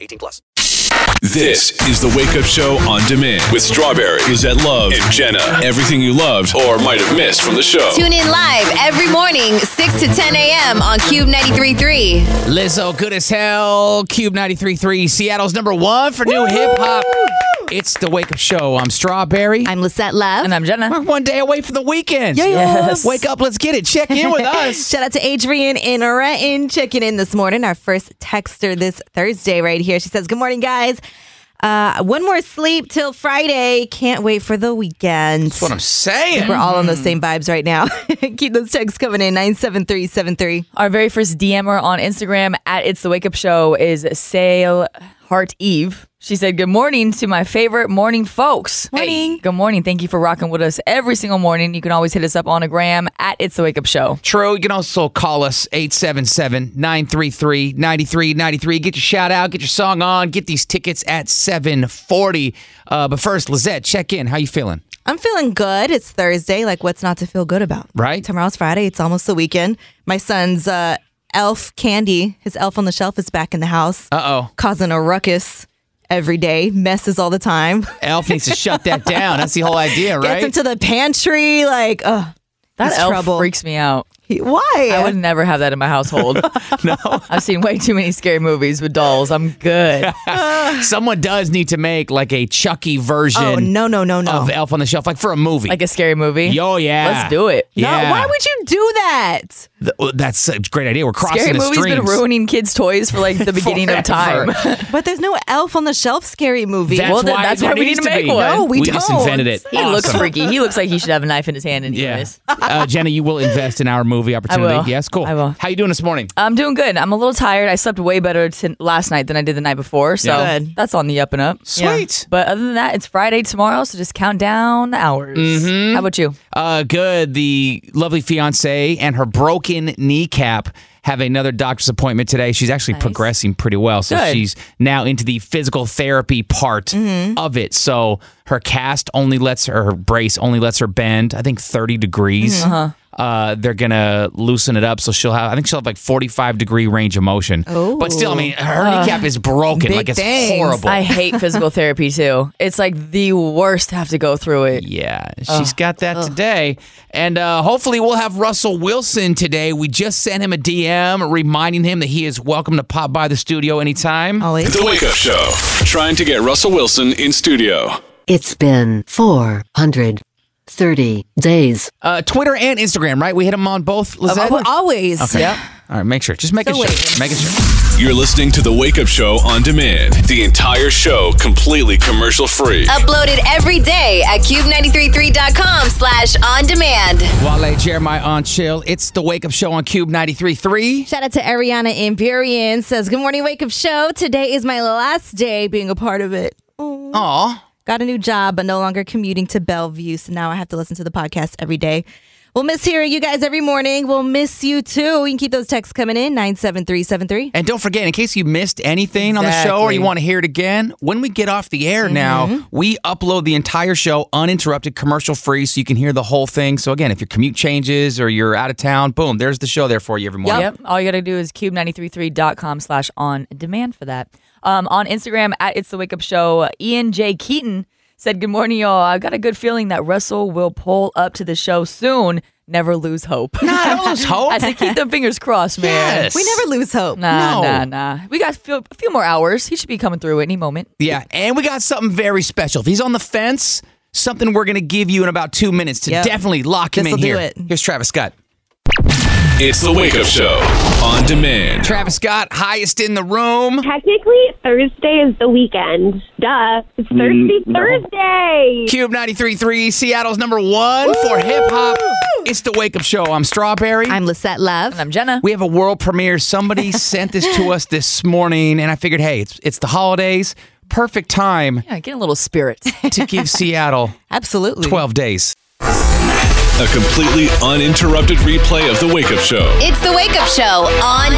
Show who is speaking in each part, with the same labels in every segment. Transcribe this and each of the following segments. Speaker 1: 18 plus.
Speaker 2: This is the Wake Up Show on demand with Strawberry, Lizette Love, and Jenna. Everything you loved or might have missed from the show.
Speaker 3: Tune in live every morning, 6 to 10 a.m. on Cube 93.3.
Speaker 4: Lizzo, good as hell. Cube 93.3, Seattle's number one for new hip hop. It's the Wake Up Show. I'm Strawberry.
Speaker 3: I'm Lisette Love.
Speaker 5: And I'm
Speaker 4: We're
Speaker 5: Jenna.
Speaker 4: one day away from the weekend.
Speaker 5: Yes.
Speaker 4: Wake up, let's get it. Check in with us.
Speaker 3: Shout out to Adrian in Renton checking in this morning, our first texter this Thursday right here. She says, Good morning, guys. Uh, one more sleep till Friday. Can't wait for the weekend.
Speaker 4: That's what I'm saying.
Speaker 3: We're all on those same vibes right now. Keep those texts coming in 97373.
Speaker 5: Our very first DMer on Instagram at It's the Wake Up Show is Sale Heart Eve. She said, Good morning to my favorite morning folks.
Speaker 3: Morning.
Speaker 5: Hey, good morning. Thank you for rocking with us every single morning. You can always hit us up on a gram at It's the Wake Up Show.
Speaker 4: True. You can also call us 877 933 9393. Get your shout out, get your song on, get these tickets at 740. Uh, but first, Lizette, check in. How you feeling?
Speaker 3: I'm feeling good. It's Thursday. Like, what's not to feel good about?
Speaker 4: Right.
Speaker 3: Tomorrow's Friday. It's almost the weekend. My son's uh, elf candy, his elf on the shelf, is back in the house,
Speaker 4: Uh oh.
Speaker 3: causing a ruckus every day, messes all the time,
Speaker 4: Elf needs to shut that down. That's the whole idea,
Speaker 3: gets
Speaker 4: right?
Speaker 3: into the pantry. Like, ugh.
Speaker 5: That
Speaker 3: He's
Speaker 5: elf
Speaker 3: trouble.
Speaker 5: freaks me out.
Speaker 3: He- why?
Speaker 5: I would never have that in my household. no. I've seen way too many scary movies with dolls. I'm good.
Speaker 4: Someone does need to make like a Chucky version.
Speaker 3: oh, no, no, no, no.
Speaker 4: of Elf on the Shelf, like for a movie.
Speaker 5: like a scary movie.
Speaker 4: Yo, yeah.
Speaker 5: Let's do it.
Speaker 3: no,
Speaker 4: yeah.
Speaker 3: why would you do that?
Speaker 4: Th- well, that's a great idea. We're crossing
Speaker 5: Scary
Speaker 4: the
Speaker 5: movies
Speaker 4: streams.
Speaker 5: been ruining kids' toys for like the beginning of time.
Speaker 4: Forever.
Speaker 3: But there's no elf on the shelf scary movie.
Speaker 4: That's
Speaker 5: Well, then
Speaker 4: why,
Speaker 5: that's
Speaker 4: what
Speaker 5: why
Speaker 4: it
Speaker 5: we need
Speaker 4: needs
Speaker 5: to make
Speaker 4: be.
Speaker 5: one. No,
Speaker 3: we
Speaker 4: we just
Speaker 3: don't.
Speaker 4: invented it.
Speaker 5: He looks
Speaker 4: Awesome.
Speaker 5: freaky. He looks like he should have a knife in his hand.
Speaker 4: Yeah,
Speaker 5: Anyways,
Speaker 4: uh, Jenna, you will invest in our movie opportunity.
Speaker 5: will.
Speaker 4: Yes, cool.
Speaker 5: I will.
Speaker 4: How you doing this morning?
Speaker 5: I'm doing good. I'm a little tired. I slept way better t- last night than I did the night before, so
Speaker 3: Yeah. Good.
Speaker 5: that's on the up and up.
Speaker 4: Sweet.
Speaker 5: But other than that, it's Friday tomorrow, so just count down the hours. How about you?
Speaker 4: Uh, good. The lovely fiance and her broken kneecap have another doctor's appointment today. She's actually progressing pretty well. So
Speaker 5: Good.
Speaker 4: she's now into the physical therapy part
Speaker 5: Mm-hmm.
Speaker 4: of it. So her cast only lets her, her brace only lets her bend, I think 30 degrees.
Speaker 5: Mm-hmm.
Speaker 4: Uh-huh. they're gonna loosen it up, so she'll have. I think she'll have like forty-five degree range of motion. But still, I mean, her kneecap is broken. Like it's
Speaker 3: things.
Speaker 4: horrible.
Speaker 5: I hate physical therapy too. It's like the worst to have to go through it.
Speaker 4: Yeah, she's got that today. And uh, hopefully, we'll have Russell Wilson today. We just sent him a DM reminding him that he is welcome to pop by the studio anytime.
Speaker 3: Always.
Speaker 2: The Wake Up Show. Trying to get Russell Wilson in studio.
Speaker 6: It's been 430 days.
Speaker 4: Uh, Twitter and Instagram, right? We hit him on both. Lizette?
Speaker 3: Always.
Speaker 4: Okay. All right, make sure. Just making
Speaker 3: So
Speaker 4: sure.
Speaker 3: wait.
Speaker 4: Making sure.
Speaker 2: You're listening to The Wake Up Show on demand. The entire show completely commercial free.
Speaker 3: Uploaded every day at cube933.com slash on demand.
Speaker 4: Wale, Jeremiah on chill. It's the Wake Up Show on Cube 93.3.
Speaker 3: Shout out to Ariana in Burien says, Good morning, wake up show. Today is my last day being a part of it. Aw.
Speaker 4: Aw.
Speaker 3: Got a new job, but no longer commuting to Bellevue. So now I have to listen to the podcast every day. We'll miss hearing you guys every morning. We'll miss you too. You can keep those texts coming in 97373.
Speaker 4: And don't forget, in case you missed anything on the show or you
Speaker 5: Exactly.
Speaker 4: want to hear it again, when we get off the air
Speaker 3: Mm-hmm.
Speaker 4: now, we upload the entire show uninterrupted, commercial free, so you can hear the whole thing. So, again, if your commute changes or you're out of town, boom, there's the show there for you every morning.
Speaker 5: Yep. All you got to do is cube933.com slash on demand for that. Um, on Instagram at It's the Wake Up Show, Ian J. Keaton said, Good morning, y'all. I've got a good feeling that Russell will pull up to the show soon. Never lose hope.
Speaker 4: Nah, don't lose hope.
Speaker 5: I said, Keep them fingers crossed, man.
Speaker 4: Yes.
Speaker 3: We never lose hope.
Speaker 5: Nah,
Speaker 4: No.
Speaker 5: nah, nah. We got a few, a few more hours. He should be coming through any moment.
Speaker 4: Yeah, and we got something very special. If he's on the fence, something we're going to give you in about two minutes to
Speaker 3: Yep.
Speaker 4: definitely lock him in
Speaker 3: This'll do
Speaker 4: here.
Speaker 3: it.
Speaker 4: Here's Travis Scott.
Speaker 2: It's the Wake Up Show on demand.
Speaker 4: Travis Scott, highest in the room.
Speaker 7: Technically, Thursday is the weekend. Duh. It's Thursday, Thursday.
Speaker 4: Cube 93.3, Seattle's number one for hip hop. It's the Wake Up Show. I'm Strawberry.
Speaker 3: I'm Lisette Love.
Speaker 5: And I'm Jenna.
Speaker 4: we have a world premiere. Somebody sent this to us this morning, and I figured, hey, it's it's the holidays. Perfect time
Speaker 5: yeah, get a little spirit.
Speaker 4: to give Seattle
Speaker 3: Absolutely.
Speaker 4: 12 days.
Speaker 2: A completely uninterrupted replay of the Wake Up Show.
Speaker 8: It's the Wake Up Show on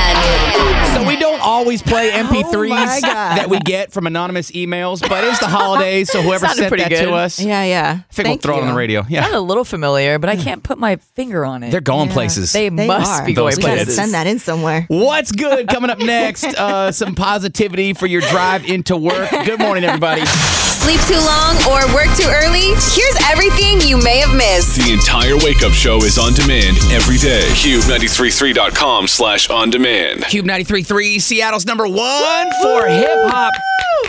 Speaker 8: demand.
Speaker 4: So we don't always play MP3s
Speaker 3: Oh my God.
Speaker 4: that we get from anonymous emails, but it's the holidays, so whoever
Speaker 5: Sounded
Speaker 4: sent
Speaker 5: pretty
Speaker 4: that
Speaker 5: good.
Speaker 4: to us, I
Speaker 3: Yeah, yeah.
Speaker 4: think we'll
Speaker 3: Thank
Speaker 4: throw it on
Speaker 3: you.
Speaker 4: the radio. Yeah,
Speaker 5: Sounded a little familiar, but I can't put my finger on it.
Speaker 4: they're going places.
Speaker 5: They,
Speaker 3: They
Speaker 5: must
Speaker 3: are.
Speaker 5: be going
Speaker 4: Those
Speaker 3: we gotta
Speaker 4: kids.
Speaker 5: places.
Speaker 3: send that in somewhere.
Speaker 4: What's good coming up next? Uh, some positivity for your drive into work. Good morning, everybody.
Speaker 8: Sleep too long or work too early? Here's everything you may have missed.
Speaker 2: The entire Wake Up Show is on demand every day. Cube933.com slash on demand.
Speaker 4: Cube 93.3, Seattle's number one for hip hop.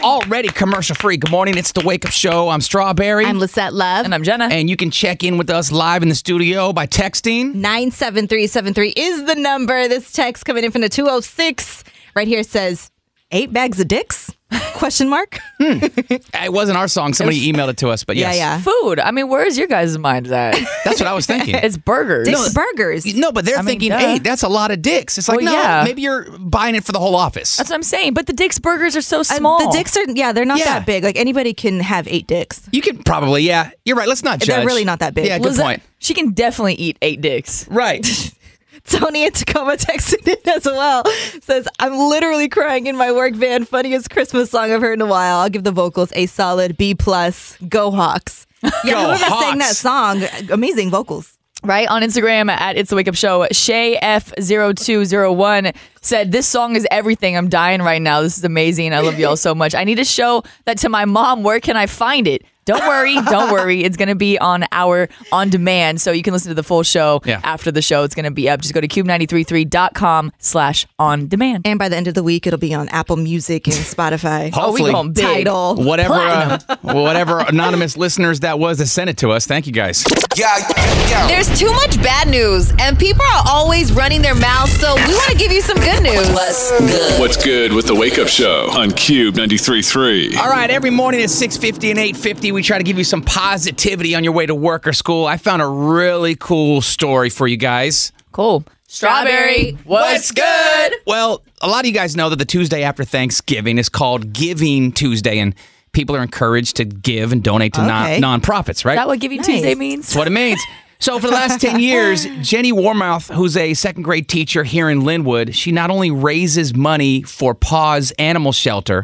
Speaker 4: Already commercial free. Good morning. It's the Wake Up Show. I'm Strawberry.
Speaker 3: I'm Lisette Love.
Speaker 5: And I'm Jenna.
Speaker 4: and you can check in with us live in the studio by texting.
Speaker 3: 97373 is the number. This text coming in from the 206 right here says, eight bags of dicks? Question mark.
Speaker 4: It wasn't our song. Somebody emailed it to us, but yes.
Speaker 3: Yeah, yeah.
Speaker 5: Food. I mean, where is your guys' mind at?
Speaker 4: That's what I was thinking.
Speaker 5: it's burgers.
Speaker 3: Dicks burgers.
Speaker 4: no, but they're
Speaker 5: I mean,
Speaker 4: thinking,
Speaker 5: duh.
Speaker 4: hey, that's a lot of dicks. It's like,
Speaker 5: Well,
Speaker 4: no,
Speaker 5: yeah.
Speaker 4: maybe you're buying it for the whole office.
Speaker 5: That's what I'm saying. But the Dick's burgers are so
Speaker 3: I-
Speaker 5: small.
Speaker 3: Uh, the dicks are, yeah, they're not
Speaker 4: Yeah.
Speaker 3: that big. Like anybody can have eight dicks.
Speaker 4: you could probably, yeah. You're right. Let's not judge.
Speaker 3: They're really not that big.
Speaker 4: Yeah, good
Speaker 5: Lizette,
Speaker 4: point.
Speaker 5: She can definitely eat eight dicks.
Speaker 4: Right.
Speaker 3: Tony in Tacoma texted it as well. Says, I'm literally crying in my work van. Funniest Christmas song I've heard in a while. I'll give the vocals a solid B plus. Go Hawks. Yeah,
Speaker 4: Go
Speaker 3: whoever sang that
Speaker 4: Hawks.
Speaker 3: song, amazing vocals.
Speaker 5: Right on Instagram at It's the Wake Up Show, Shay F0201 said, This song is everything. I'm dying right now. This is amazing. I love y'all so much. I need to show that to my mom. Where can I find it? Don't worry. Don't worry. It's going to be on our on demand. So you can listen to the full show
Speaker 4: Yeah.
Speaker 5: after the show. It's going to be up. Just go to cube933.com slash on demand.
Speaker 3: And by the end of the week, it'll be on Apple Music and Spotify.
Speaker 5: Oh, we
Speaker 4: Hopefully.
Speaker 5: going big.
Speaker 3: Title.
Speaker 4: Whatever, uh, whatever anonymous listeners that was that sent it to us. Thank you guys.
Speaker 8: There's too much bad news, and people are always running their mouths, so we want to give you some good news.
Speaker 2: What's good with the Wake Up Show on Cube 93.3?
Speaker 4: All right, every morning at 6:50 and 8:50 we try to give you some positivity on your way to work or school. I found a really cool story for you guys.
Speaker 5: Cool. Strawberry.
Speaker 4: Well, a lot of you guys know that the Tuesday after Thanksgiving is called Giving Tuesday and people are encouraged to give and donate to
Speaker 3: Okay.
Speaker 4: non- nonprofits, right?
Speaker 5: Is that what Giving Tuesday means?
Speaker 4: That's what it means. So for the last 10 years, Jenny Warmouth, who's a second grade teacher here in Linwood, she not only raises money for Paws Animal Shelter,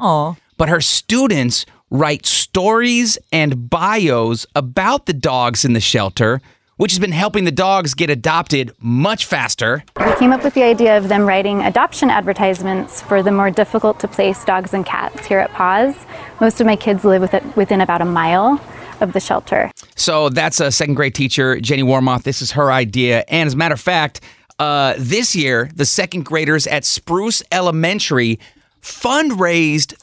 Speaker 4: but her students write stories and bios about the dogs in the shelter, which has been helping the dogs get adopted much faster.
Speaker 9: We came up with the idea of them writing adoption advertisements for the more difficult to place dogs and cats here at Paws. Most of my kids live within, within about a mile of the shelter.
Speaker 4: So that's a second grade teacher, Jenny Warmoth. This is her idea. And as a matter of fact, uh, this year, the second graders at Spruce Elementary fundraised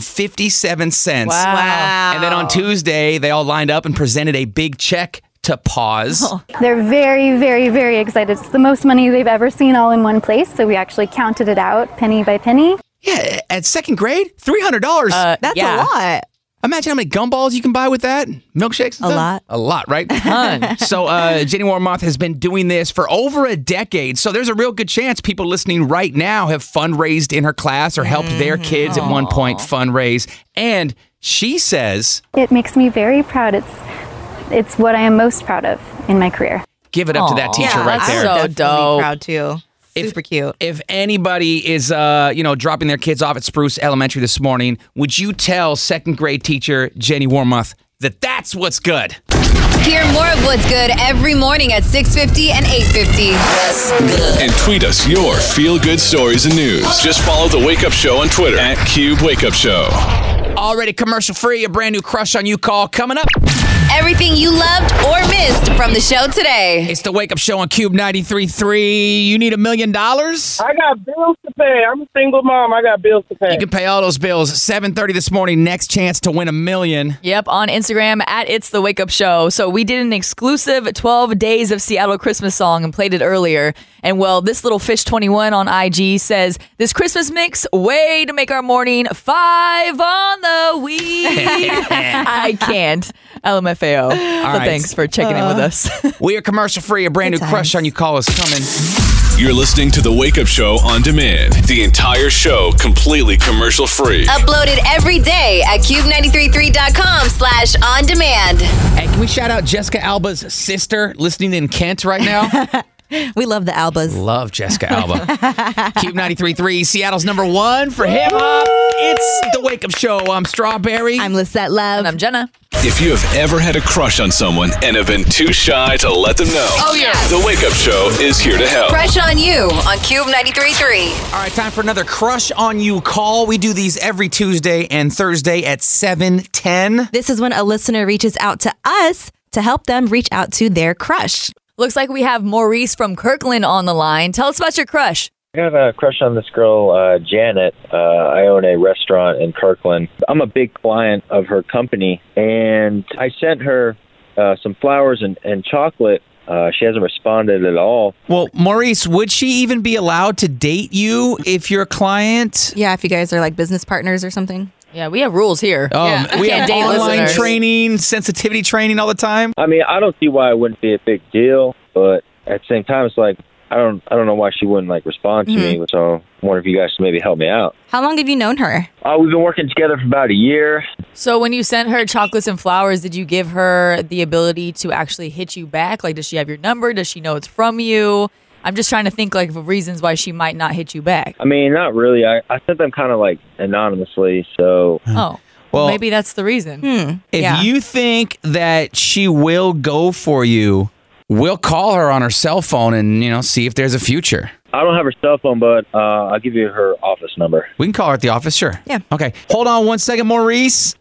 Speaker 4: $387.57.
Speaker 5: Wow.
Speaker 4: And then on Tuesday, they all lined up and presented a big check to Pause.
Speaker 10: Oh.
Speaker 9: They're very, very, very excited. It's the most money they've ever seen all in one place, so we actually counted it out penny by penny.
Speaker 4: Yeah, at second grade, $300.
Speaker 3: That's
Speaker 5: Uh,
Speaker 3: a
Speaker 5: Yeah.
Speaker 3: lot.
Speaker 4: Imagine how many gumballs you can buy with that. Milkshakes? and
Speaker 3: A
Speaker 4: stuff?
Speaker 3: lot.
Speaker 4: A lot, right? so uh, Jenny Warmoth has been doing this for over a decade. So there's a real good chance people listening right now have fundraised in her class or helped their kids at one point fundraise. And she says,
Speaker 9: It makes me very proud. It's, it's what I am most proud of in my career.
Speaker 4: give it up to that teacher
Speaker 3: yeah,
Speaker 4: right
Speaker 3: I'm
Speaker 4: there.
Speaker 5: so
Speaker 3: definitely
Speaker 5: dope.
Speaker 3: Proud too. Super cute.
Speaker 4: if anybody is uh, you know, dropping their kids off at Spruce Elementary this morning, would you tell second grade teacher Jenny Warmoth that that's what's good?
Speaker 8: Hear more of what's good every morning at 6.50 and 8.50.
Speaker 2: And tweet us your feel good stories and news. Just follow the Wake Up Show on Twitter at Cube Wake Up Show.
Speaker 4: Already commercial free, a brand new crush on you call coming up.
Speaker 8: everything you loved or missed from the show today.
Speaker 4: It's the Wake Up Show on Cube 93.3. You need a million dollars?
Speaker 11: I got bills to pay. I'm a single mom. I got bills to pay.
Speaker 4: You can pay all those bills. 7.30 this morning, next chance to win a million.
Speaker 5: Yep, on Instagram at It's the Wake Up Show. So we did an exclusive 12 Days of Seattle Christmas song and played it earlier. And well, this little fish 21 on IG says, This Christmas mix, way to make our morning five on the week. I can't. LMFAO. so
Speaker 4: right.
Speaker 5: thanks for checking in with us.
Speaker 8: Uh.
Speaker 4: we are commercial free. A brand new crush on you call is coming.
Speaker 2: You're listening to The Wake Up Show on demand. The entire show completely commercial free.
Speaker 8: Uploaded every day at cube933.com slash on demand.
Speaker 4: Hey, can we shout out Jessica Alba's sister listening in Kent right now?
Speaker 3: We love the Albas.
Speaker 4: Love Jessica Alba. Cube 93.3, Seattle's number one for hip hop. It's The Wake Up Show. I'm Strawberry.
Speaker 3: I'm Lisette Love.
Speaker 5: And I'm Jenna.
Speaker 2: If you have ever had a crush on someone and have been too shy to let them know,
Speaker 8: Oh, yeah.
Speaker 2: The Wake Up Show is here to help.
Speaker 8: Crush on you on Cube 93.3.
Speaker 4: All right, time for another Crush on You call. We do these every Tuesday and Thursday at 7.10.
Speaker 3: This is when a listener reaches out to us to help them reach out to their crush.
Speaker 5: Looks like we have Maurice from Kirkland on the line. Tell us about your crush.
Speaker 12: I have a crush on this girl, uh, Janet. Uh, I own a restaurant in Kirkland. I'm a big client of her company, and I sent her uh, some flowers and, and chocolate. Uh, she hasn't responded at all.
Speaker 4: Well, Maurice, would she even be allowed to date you if you're a client?
Speaker 3: Yeah, if you guys are like business partners or something.
Speaker 5: Yeah, we have rules here.
Speaker 4: Um,
Speaker 5: Yeah.
Speaker 4: we
Speaker 5: Can't
Speaker 4: have
Speaker 5: date
Speaker 4: online
Speaker 5: listeners.
Speaker 4: training, sensitivity training all the time.
Speaker 12: I mean, I don't see why it wouldn't be a big deal, but at the same time, it's like I don't, I don't know why she wouldn't like respond to
Speaker 4: Mm-hmm.
Speaker 12: me. So, I wonder if you guys could maybe help me out.
Speaker 3: How long have you known her?
Speaker 12: Uh, we've been working together for about a year.
Speaker 5: So when you sent her chocolates and flowers, did you give her the ability to actually hit you back? Like, does she have your number? Does she know it's from you? I'm just trying to think like of reasons why she might not hit you back.
Speaker 12: I mean, not really. I, I sent them kind of like anonymously, so
Speaker 5: Oh,
Speaker 4: Well-
Speaker 5: well, maybe that's the reason.
Speaker 3: Hmm.
Speaker 4: If
Speaker 5: Yeah.
Speaker 4: you think that she will go for you, we'll call her on her cell phone and, you know, see if there's a future.
Speaker 12: I don't have her cell phone, but uh, I'll give you her office number.
Speaker 4: We can call her at the office, sure.
Speaker 3: Yeah.
Speaker 4: Okay. Hold on one second, Maurice.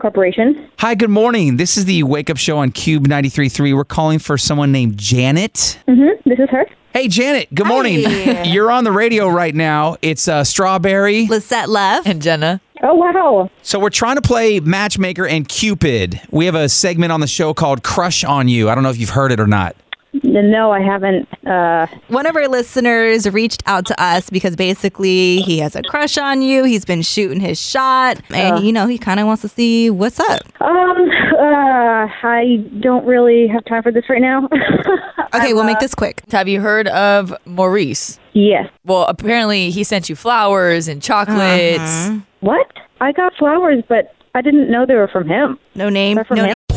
Speaker 7: Corporation.
Speaker 4: Hi, good morning. This is the Wake Up Show on Cube 93.3. We're calling for someone named Janet.
Speaker 7: Mm-hmm. This is her.
Speaker 4: Hey, Janet, good morning. You're on the radio right now. It's uh, Strawberry.
Speaker 3: Lisette Love.
Speaker 5: And Jenna,
Speaker 7: Oh wow.
Speaker 4: So we're trying to play Matchmaker and Cupid. We have a segment on the show called Crush on You. I don't know if you've heard it or not.
Speaker 7: No, I haven't. Uh,
Speaker 3: One of our listeners reached out to us because basically he has a crush on you. He's been shooting his shot
Speaker 7: Oh.
Speaker 3: and, you know, he kind of wants to see what's up.
Speaker 7: um, uh, I don't really have time for this right now.
Speaker 3: Okay, we'll make this quick.
Speaker 5: have you heard of Maurice?
Speaker 7: yes.
Speaker 5: Well, apparently he sent you flowers and chocolates.
Speaker 3: Uh-huh.
Speaker 7: What? I got flowers, but I didn't know they were from him.
Speaker 3: No name.
Speaker 7: They're from
Speaker 3: No
Speaker 7: him.
Speaker 3: name.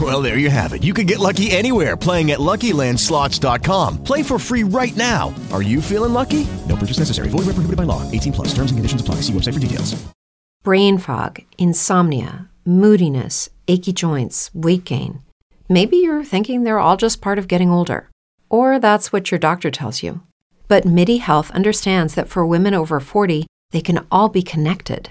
Speaker 13: Well, there you have it. You can get lucky anywhere playing at LuckyLandSlots.com. Play for free right now. Are you feeling lucky? No purchase necessary. Void where prohibited by law. 18 plus. Terms and conditions apply. See website for details.
Speaker 14: brain fog, insomnia, moodiness, achy joints, weight gain. Maybe you're thinking they're all just part of getting older, or that's what your doctor tells you. But MIDI Health understands that for women over 40, they can all be connected.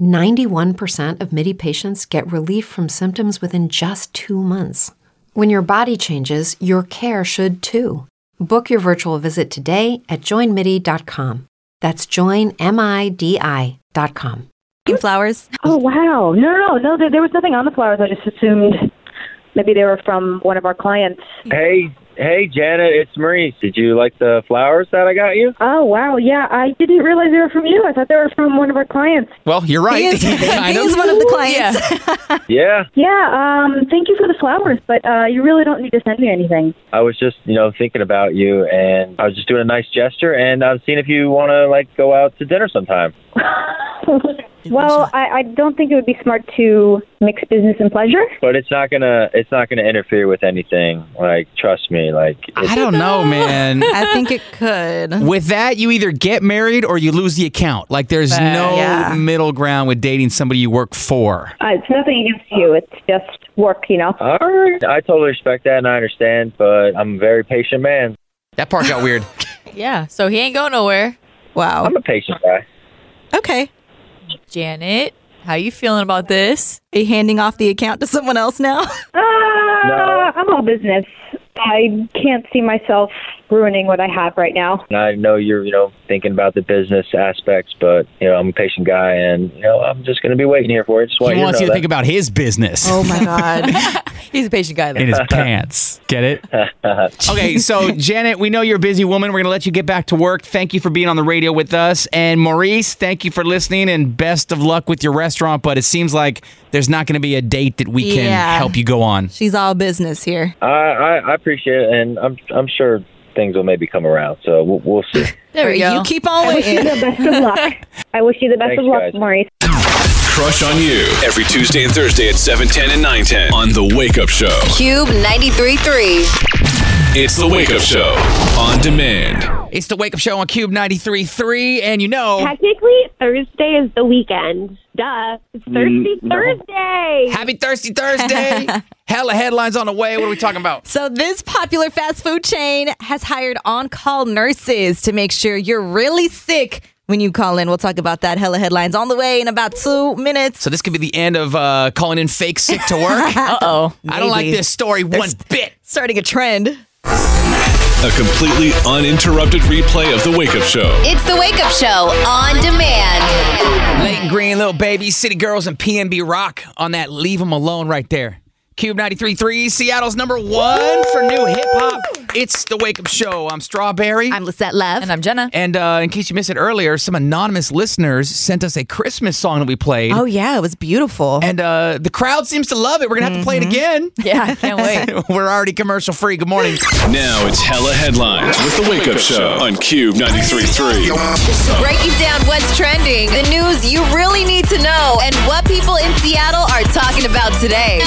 Speaker 14: 91% of MIDI patients get relief from symptoms within just two months. When your body changes, your care should too. Book your virtual visit today at joinmidi.com. That's joinmidi.com.
Speaker 3: Flowers.
Speaker 7: Oh wow! No, no, no. There, there was nothing on the flowers. I just assumed maybe they were from one of our clients.
Speaker 12: Hey, Hey, Janet, it's Maurice. Did you like the flowers that I got you?
Speaker 7: Oh wow, yeah. I didn't realize they were from you. I thought they were from one of our clients.
Speaker 4: Well, you're right.
Speaker 3: He's one of the clients.
Speaker 12: Yeah.
Speaker 7: Yeah. Um. Thank you for the flowers, but uh, you really don't need to send me anything.
Speaker 12: I was just, you know, thinking about you, and I was just doing a nice gesture, and I was seeing if you want to like go out to dinner sometime.
Speaker 7: well, I, I don't think it would be smart to mix business and pleasure.
Speaker 12: But it's not gonna, it's not gonna interfere with anything. Like, trust me. Like,
Speaker 4: I don't know, man.
Speaker 3: I think it could.
Speaker 4: With that, you either get married or you lose the account. Like, there's
Speaker 7: Fair.
Speaker 4: no
Speaker 7: Yeah.
Speaker 4: middle ground with dating somebody you work for.
Speaker 7: Uh, it's nothing against you. It's just work, you know.
Speaker 12: All right. I totally respect that, and I understand, but I'm a very patient man.
Speaker 4: That part got weird.
Speaker 5: Yeah. So he ain't going nowhere. Wow.
Speaker 12: I'm a patient guy.
Speaker 3: Okay.
Speaker 5: Janet, how you feeling about this?
Speaker 3: Are you handing off the account to someone else now?
Speaker 7: Uh, I'm all business. I can't see myself ruining what I have right now.
Speaker 12: And I know you're, you know, thinking about the business aspects, but you know, I'm a patient guy, and you know, I'm just gonna be waiting here for it. Just want
Speaker 4: He
Speaker 12: you
Speaker 4: wants
Speaker 12: to,
Speaker 4: you
Speaker 12: know
Speaker 4: to
Speaker 12: that.
Speaker 4: think about his business.
Speaker 5: Oh.
Speaker 3: Oh my god.
Speaker 5: He's a patient guy. though.
Speaker 4: In his pants. Get it? okay, so Janet, we know you're a busy woman. We're going to let you get back to work. Thank you for being on the radio with us. And Maurice, thank you for listening and best of luck with your restaurant. But it seems like there's not going to be a date that we can
Speaker 3: Yeah.
Speaker 4: help you go on.
Speaker 3: She's all business here.
Speaker 12: I, I I appreciate it, and I'm I'm sure things will maybe come around. So we'll, we'll see.
Speaker 3: There we go. You keep on
Speaker 7: I wish you
Speaker 3: waiting.
Speaker 7: the best of luck. I wish you the best
Speaker 2: Thanks,
Speaker 7: of luck,
Speaker 2: guys.
Speaker 7: Maurice.
Speaker 2: Crush on you every Tuesday and Thursday at 7:10 and 9:10 on the Wake Up Show.
Speaker 8: Cube 93.3.
Speaker 2: It's the Wake Up Show on demand.
Speaker 4: It's the Wake Up Show on Cube 93.3. And you know,
Speaker 7: Technically, Thursday is the weekend. Duh. It's Thirsty
Speaker 4: Mm, no.
Speaker 7: Thursday.
Speaker 4: happy Thirsty Thursday. Hella headlines on the way. What are we talking about?
Speaker 3: So, this popular fast food chain has hired on call nurses to make sure you're really sick when you call in. We'll talk about that. Hella headlines on the way in about two minutes.
Speaker 4: So this could be the end of uh, calling in fake sick to work.
Speaker 3: Uh-oh.
Speaker 4: I don't like
Speaker 3: Maybe.
Speaker 4: this story
Speaker 3: They're
Speaker 4: one
Speaker 3: st-
Speaker 4: bit.
Speaker 3: Starting a trend.
Speaker 2: A completely uninterrupted replay of the Wake Up Show.
Speaker 8: It's the Wake Up Show on demand.
Speaker 4: Leighton Green, Little Baby, City Girls, and PNB Rock on that Leave Them Alone right there. Cube 93.3, Seattle's number one for new hip hop. It's the Wake Up Show. I'm Strawberry.
Speaker 3: I'm Lisette Love.
Speaker 5: And I'm Jenna.
Speaker 4: And uh, in case you missed it earlier, some anonymous listeners sent us a Christmas song that we played.
Speaker 3: Oh, yeah. It was beautiful. Mm-hmm.
Speaker 4: And uh, the crowd seems to love it. We're going to have to play it again.
Speaker 5: Yeah, I can't wait.
Speaker 4: We're already commercial free. Good morning.
Speaker 2: Now it's hella headlines with the Wake Up Show on Cube 93.3.
Speaker 8: Breaking down what's trending, the news you really need to know, and what people in Seattle are talking about today.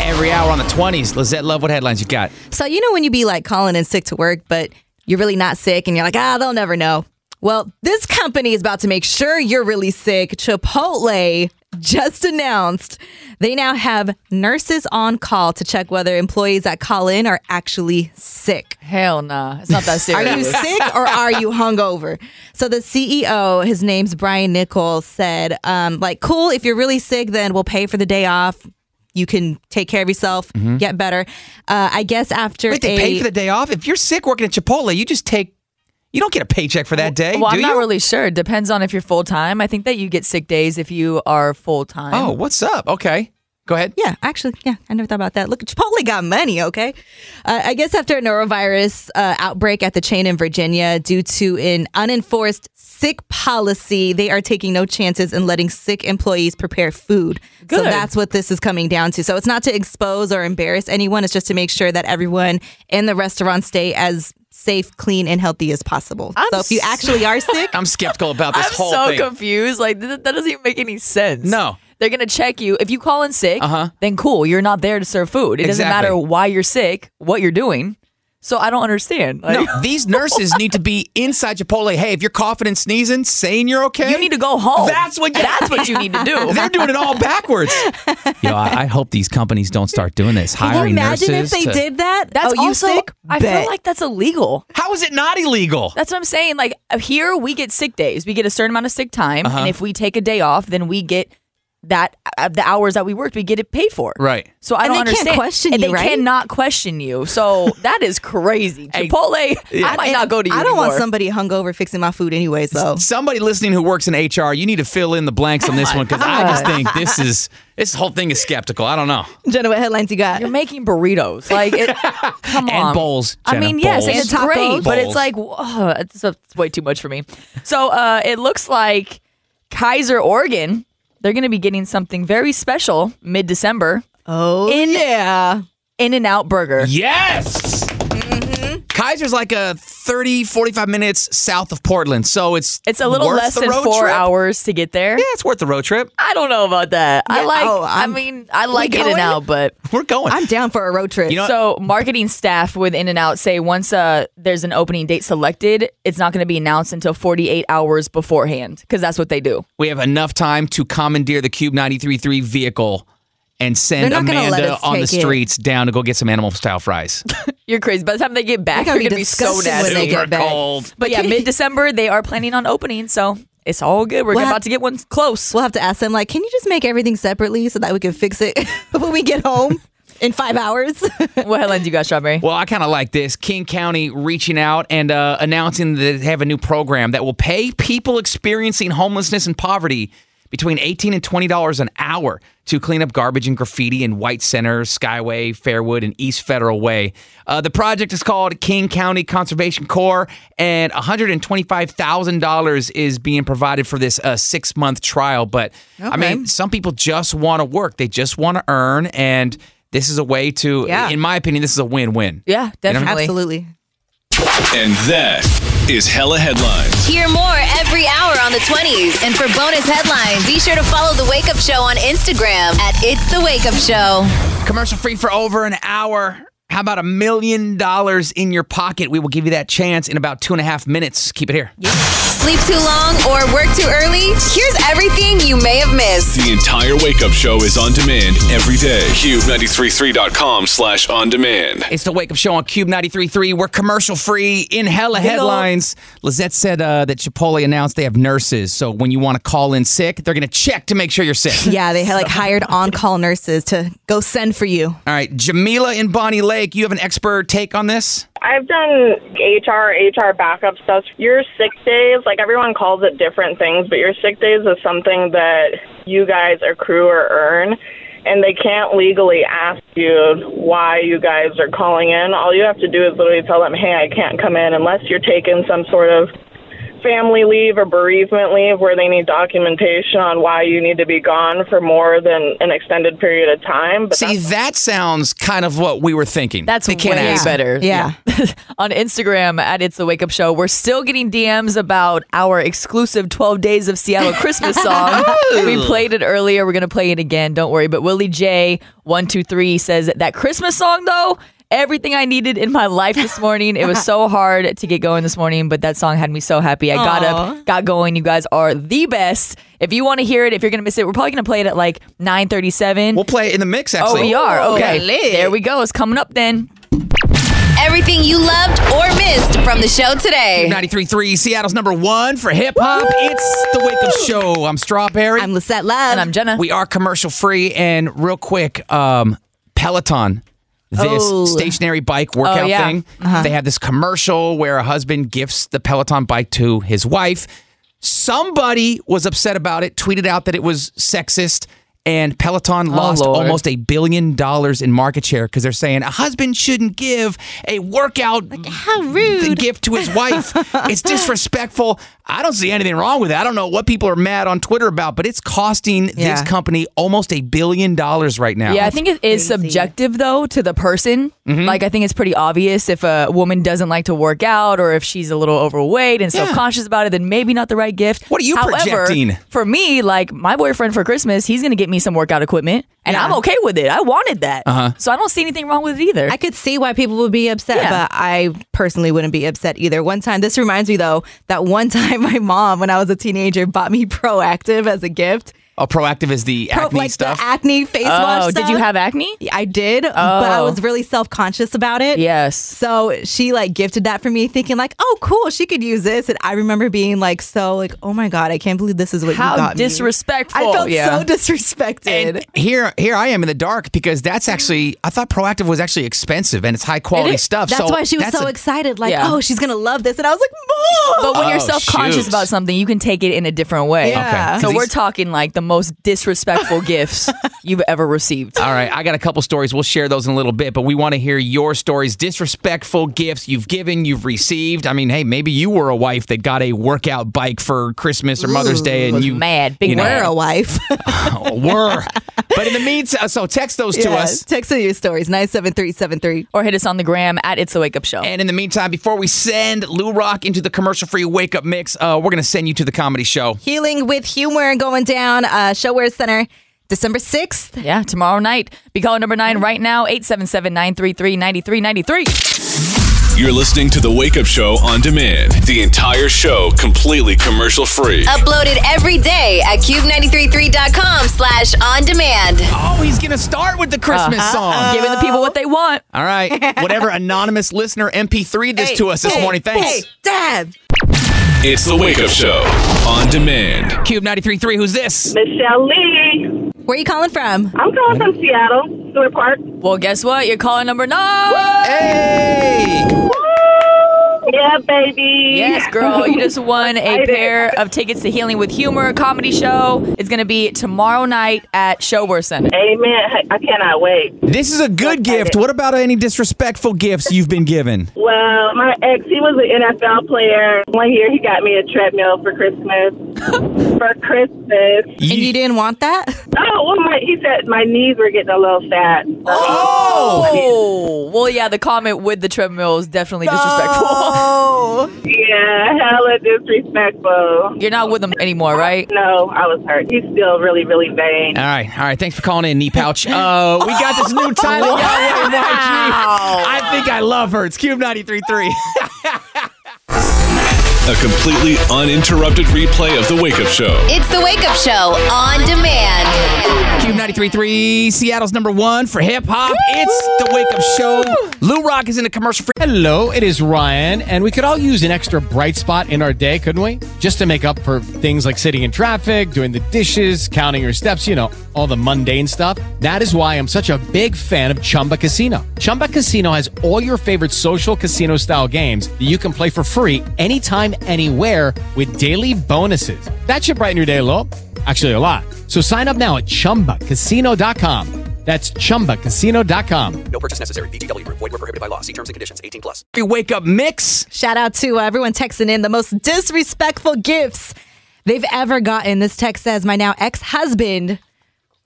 Speaker 4: Every hour on the 20s. Lizette Love, what headlines you got?
Speaker 3: So, you know, when you be like calling in sick to work, but you're really not sick and you're like, ah, they'll never know. Well, this company is about to make sure you're really sick. Chipotle just announced they now have nurses on call to check whether employees that call in are actually sick.
Speaker 5: Hell nah. It's not that
Speaker 3: Are
Speaker 5: serious.
Speaker 3: you sick or are you hungover? So the CEO, his name's Brian Nichols, said, um, like, cool, if you're really sick, then we'll pay for the day off. You can take care of yourself, get better. Uh, I guess after
Speaker 4: Mm-hmm. Wait, they
Speaker 3: a-
Speaker 4: pay for the day off? If you're sick working at Chipotle, you just take, you don't get a paycheck for that day.
Speaker 5: Well,
Speaker 4: do
Speaker 5: I'm not
Speaker 4: you?
Speaker 5: really sure. It depends on if you're full time. I think that you get sick days if you are full time.
Speaker 4: Oh, what's up? Okay. Go ahead.
Speaker 3: Yeah, actually, yeah, I never thought about that. Look, Chipotle got money, okay? Uh, I guess after a norovirus uh, outbreak at the chain in Virginia, due to an unenforced sick policy, they are taking no chances in letting sick employees prepare food. So
Speaker 5: Good.
Speaker 3: that's what this is coming down to. So it's not to expose or embarrass anyone, it's just to make sure that everyone in the restaurant stay as safe, clean, and healthy as possible.
Speaker 5: I'm
Speaker 3: so if you
Speaker 5: so-
Speaker 3: actually are sick,
Speaker 4: I'm skeptical about this
Speaker 5: I'm
Speaker 4: whole
Speaker 5: so
Speaker 4: thing.
Speaker 5: confused. Like th- that doesn't even make any sense.
Speaker 4: No.
Speaker 5: They're gonna check you if you call in sick. Uh-huh. Then cool, you're not there to serve food. It doesn't
Speaker 4: Exactly.
Speaker 5: matter why you're sick, what you're doing. So I don't understand. Like,
Speaker 4: no, these nurses need to be inside Chipotle. Hey, if you're coughing and sneezing, saying you're okay,
Speaker 5: you need to go home.
Speaker 4: That's what. You,
Speaker 5: That's what you need to do.
Speaker 4: They're doing it all backwards. Yo, I, I hope these companies don't start doing this.
Speaker 3: can you imagine if they
Speaker 4: to-
Speaker 3: did that?
Speaker 5: That's
Speaker 3: oh, you
Speaker 5: also.
Speaker 3: sick?
Speaker 5: I
Speaker 3: Bet.
Speaker 5: feel like that's illegal.
Speaker 4: How is it not illegal?
Speaker 5: That's what I'm saying. uh, Like here, we get sick days. We get a certain amount of sick time,
Speaker 4: Uh-huh.
Speaker 5: and if we take a day off, then we get that uh, the hours that we worked, we get it paid for.
Speaker 4: Right.
Speaker 5: So I
Speaker 3: And
Speaker 5: don't
Speaker 3: they can't
Speaker 5: understand.
Speaker 3: question
Speaker 5: and
Speaker 3: you,
Speaker 5: they
Speaker 3: right?
Speaker 5: cannot question you. So that is crazy. Chipotle, I might not go to you.
Speaker 3: I don't want
Speaker 5: anymore.
Speaker 3: somebody hungover fixing my food anyway. So
Speaker 4: Somebody listening who works in HR, you need to fill in the blanks on
Speaker 5: Oh
Speaker 4: this one because I just
Speaker 3: God.
Speaker 4: think this is this whole thing is skeptical. I don't know.
Speaker 3: Jenna, what headlines you got? You're
Speaker 5: making burritos. Like, it, come
Speaker 4: And
Speaker 5: on.
Speaker 4: bowls,
Speaker 5: I
Speaker 4: Jenna,
Speaker 5: mean, yes,
Speaker 4: bowls.
Speaker 5: it's
Speaker 4: And
Speaker 5: great,
Speaker 4: tacos.
Speaker 5: but it's
Speaker 4: Bowls.
Speaker 5: like, oh, it's, it's way too much for me. So uh, it looks like Kaiser Oregon, they're going to be getting something very special mid December.
Speaker 3: Oh,
Speaker 5: in, yeah. In and Out Burger.
Speaker 4: Yes.
Speaker 5: Mm-hmm.
Speaker 4: Kaiser's like a 30, 45 minutes south of Portland, so it's
Speaker 5: It's a little
Speaker 4: worth
Speaker 5: less
Speaker 4: the
Speaker 5: than
Speaker 4: road
Speaker 5: four
Speaker 4: trip.
Speaker 5: hours to get there. Yeah,
Speaker 4: it's worth the road trip.
Speaker 5: I don't know about that. I
Speaker 3: Yeah,
Speaker 5: like.
Speaker 3: oh,
Speaker 5: I
Speaker 3: I'm-
Speaker 5: mean, I
Speaker 3: We
Speaker 5: like In
Speaker 3: going?
Speaker 5: and Out, but
Speaker 4: we're going.
Speaker 3: I'm down for a road trip.
Speaker 5: so marketing staff with In and Out say once uh, there's an opening date selected, it's not going to be announced until 48 hours beforehand because that's what they do.
Speaker 4: We have enough time to commandeer the Cube 93.3 vehicle and send
Speaker 5: They're not gonna let
Speaker 4: Amanda
Speaker 5: us
Speaker 4: on the
Speaker 5: take it.
Speaker 4: streets down to go get some animal style fries.
Speaker 5: You're crazy. By the time they get back,
Speaker 3: They're
Speaker 5: they're
Speaker 3: gonna be
Speaker 5: going to be so
Speaker 3: disgusted when
Speaker 5: nasty.
Speaker 3: they get Super back.
Speaker 4: cold.
Speaker 5: But yeah, mid December they are planning on opening, so it's all good. We're
Speaker 3: We'll have-
Speaker 5: about to get one close.
Speaker 3: We'll have to ask them, like, can you just make everything separately so that we can fix it when we get home in five hours?
Speaker 5: what headlines you got, Strawberry?
Speaker 4: Well, I kind of like this. King County reaching out and uh, announcing that they have a new program that will pay people experiencing homelessness and poverty between $18 and $20 an hour to clean up garbage and graffiti in White Center, Skyway, Fairwood, and East Federal Way. Uh, the project is called King County Conservation Corps, and $125,000 is being provided for this uh, six month trial. But I
Speaker 5: Okay.
Speaker 4: mean, some people just want to work, they just want to earn. And this is a way to,
Speaker 5: Yeah.
Speaker 4: in my opinion, this is a win win.
Speaker 5: Yeah, definitely.
Speaker 3: Absolutely.
Speaker 2: And that is hella headlines.
Speaker 8: Hear more every hour on the 20s. And for bonus headlines, be sure to follow The Wake Up Show on Instagram at It's The Wake Up Show.
Speaker 4: Commercial free for over an hour. How about a million dollars in your pocket? We will give you that chance in about two and a half minutes. Keep it here.
Speaker 8: Sleep too long or work too early? Here's everything you may have missed.
Speaker 2: The entire Wake Up Show is on demand every day. Cube933.com slash on demand.
Speaker 4: It's the Wake Up Show on Cube 93.3. We're commercial free in hella
Speaker 2: Hello.
Speaker 4: headlines. Lizette said uh, that Chipotle announced they have nurses. So when you want to call in sick, they're going to check to make sure you're sick.
Speaker 3: Yeah, they had like hired on call nurses to go send for you.
Speaker 4: All right, Jamila in Bonnie Lake, you have an expert take on this?
Speaker 11: I've done HR, HR backup stuff. Your sick days, like everyone calls it different things, but your sick days is something that you guys accrue or earn. And they can't legally ask you why you guys are calling in. All you have to do is literally tell them, hey, I can't come in unless you're taking some sort of family leave or bereavement leave where they need documentation on why you need to be gone for more than an extended period of time. But
Speaker 4: See, that sounds kind of what we were thinking.
Speaker 5: That's
Speaker 4: they can't
Speaker 5: way
Speaker 4: ask.
Speaker 5: better. on Instagram at It's the Wake Up Show, we're still getting DMs about our exclusive 12 Days of Seattle Christmas song.
Speaker 4: Ooh.
Speaker 5: We played it earlier. We're going to play it again. Don't worry. But Willie J123 says that Christmas song, though, everything I needed in my life this morning. It was so hard to get going this morning, but that song had me so happy. I got
Speaker 3: Aw.
Speaker 5: up, got going. You guys are the best. If you want to hear it, if you're going to miss it, we're probably going to play it at like 9.37. We'll
Speaker 4: play it in the mix,
Speaker 5: Oh,
Speaker 4: actually.
Speaker 5: we are.
Speaker 4: Ooh,
Speaker 5: Okay.
Speaker 8: lit.
Speaker 5: There we go. It's coming up then.
Speaker 8: Everything you loved or missed from the show today.
Speaker 4: 93.3, Seattle's number one for hip hop. It's the Wake Up Show. I'm Strawberry. I'm
Speaker 3: Lisette Love.
Speaker 4: And
Speaker 5: I'm Jenna.
Speaker 4: We are commercial free. And real quick, um, Peloton, this
Speaker 5: Oh.
Speaker 4: stationary bike workout
Speaker 5: Oh, yeah.
Speaker 4: thing,
Speaker 5: Uh-huh.
Speaker 4: they have this commercial where a husband gifts the Peloton bike to his wife. Somebody was upset about it, tweeted out that it was sexist. And Peloton lost
Speaker 5: Oh, Lord.
Speaker 4: almost a billion dollars in market share because they're saying a husband shouldn't give a workout
Speaker 3: How rude.
Speaker 4: the gift to his wife. it's disrespectful. I don't see anything wrong with it. I don't know what people are mad on Twitter about, but it's costing
Speaker 5: Yeah.
Speaker 4: this company almost a billion dollars right now.
Speaker 5: Yeah, I think it is subjective though to the person.
Speaker 4: Mm-hmm.
Speaker 5: Like I think it's pretty obvious if a woman doesn't like to work out or if she's a little overweight and self-conscious about it, then maybe not the right gift. What
Speaker 4: are you projecting?
Speaker 5: For me, like my boyfriend for Christmas, he's gonna get me some workout equipment, and I'm okay with it. I wanted that,
Speaker 4: Uh-huh.
Speaker 5: so I don't see anything wrong with it either.
Speaker 3: I could see why people would be upset,
Speaker 5: Yeah.
Speaker 3: but I personally wouldn't be upset either. One time, this reminds me though, that one time my mom, when I was a teenager, bought me Proactive as a gift.
Speaker 4: Oh, proactive is the
Speaker 3: Pro-
Speaker 4: acne
Speaker 3: like
Speaker 4: stuff.
Speaker 3: the acne face wash.
Speaker 5: Oh, did you
Speaker 3: stuff.
Speaker 5: have acne?
Speaker 3: I did, but I
Speaker 5: Oh.
Speaker 3: was really self conscious about it.
Speaker 5: Yes.
Speaker 3: So she like gifted that for me, thinking like, "Oh, cool, she could use this." And I remember being like, "So like, oh my god, I can't believe this is what
Speaker 5: How
Speaker 3: you got me."
Speaker 5: disrespectful.
Speaker 3: I felt
Speaker 4: Yeah.
Speaker 3: so disrespected.
Speaker 4: here, here I am in the dark because that's actually I thought proactive was actually expensive and it's high quality stuff.
Speaker 3: That's
Speaker 4: so
Speaker 3: why she was
Speaker 4: that's
Speaker 3: so
Speaker 4: a-
Speaker 3: excited. Like,
Speaker 4: Yeah.
Speaker 3: "Oh, she's gonna love this," and I was like, "Mom!"
Speaker 5: But when
Speaker 4: Oh,
Speaker 5: you're self conscious
Speaker 4: shoot.
Speaker 5: about something, you can take it in a different way.
Speaker 4: Yeah. Okay.
Speaker 5: So
Speaker 4: 'Cause
Speaker 5: we're
Speaker 4: these-
Speaker 5: talking like the most disrespectful gifts you've ever received.
Speaker 4: All right, I got a couple stories. We'll share those in a little bit, but we want to hear your stories. Disrespectful gifts you've given, you've received. I mean, hey, maybe you were a wife that got a workout bike for Christmas or Mother's Day, and
Speaker 3: was
Speaker 4: you
Speaker 3: mad. Big
Speaker 4: you know,
Speaker 3: were a wife.
Speaker 4: were. But in the meantime, so text those to
Speaker 3: Yeah,
Speaker 4: us.
Speaker 3: Text in your stories nine seven three seven three,
Speaker 5: or hit us on the gram at It's a Wake Up Show.
Speaker 4: And in the meantime, before we send Lou Rock into the commercial-free wake-up mix, uh, we're gonna send you to the comedy show.
Speaker 3: Healing with humor going down. Uh, Showwear Center, December sixth.
Speaker 5: Yeah, tomorrow night. Be calling number nine right now, 877 933 9393.
Speaker 2: You're listening to The Wake Up Show on demand. The entire show completely commercial free.
Speaker 8: Uploaded every day at cube933.com slash on demand.
Speaker 4: Oh, he's going to start with the Christmas song.
Speaker 5: Giving the people what they want.
Speaker 4: All right, whatever anonymous listener MP3 this to us this morning. Thanks.
Speaker 3: Hey, Dad.
Speaker 2: It's The Wake Up Show on demand.
Speaker 4: Cube 93.3, who's this?
Speaker 3: Michelle Lee. Where are you calling from?
Speaker 5: I'm calling from Seattle, Stewart Park. Well, guess what? You're calling number nine.
Speaker 4: Hey!
Speaker 5: Yeah, baby. Yes, girl. You just won a pair of tickets to Healing with Humor, a comedy show. It's going to be tomorrow night at Showwear Center.
Speaker 11: Amen. I cannot wait.
Speaker 4: This is a good gift. What about any disrespectful gifts you've been given?
Speaker 11: Well, my ex, he was an NFL player. One year, he got me a treadmill for Christmas. for Christmas. And
Speaker 3: you didn't want that?
Speaker 11: Oh, well, my, he said my knees were getting a little fat.
Speaker 5: Oh, well, yeah. The comment with the treadmill is definitely disrespectful.
Speaker 11: yeah, hella disrespectful.
Speaker 5: You're not with him anymore, right?
Speaker 11: No, I was hurt. He's still really, really vain.
Speaker 4: All right, all right. Thanks for calling in, knee pouch. Uh, we got this new title.
Speaker 11: Wow.
Speaker 4: I think I love her. It's Cube 93.3.
Speaker 2: A completely uninterrupted replay of The Wake Up Show.
Speaker 8: It's the Wake Up Show on demand.
Speaker 4: Cube 93.3, Seattle's number one for hip hop. It's the Wake Up Show. Lou Rock is in a commercial free.
Speaker 15: Hello, it is Ryan, and we could all use an extra bright spot in our day, couldn't we? Just to make up for things like sitting in traffic, doing the dishes, counting your steps, you know, all the mundane stuff. That is why I'm such a big fan of Chumba Casino. Chumba Casino has all your favorite social casino style games that you can play for free anytime, anywhere with daily bonuses. That should brighten your day a little. Actually, a lot. So sign up now at chumbacasino.com. That's chumbacasino.com.
Speaker 1: No purchase necessary. VGW Group. Void were prohibited by law. See terms and conditions. 18 plus.
Speaker 4: Wake up mix.
Speaker 3: Shout out to uh, everyone texting in the most disrespectful gifts they've ever gotten. This text says, My now ex husband,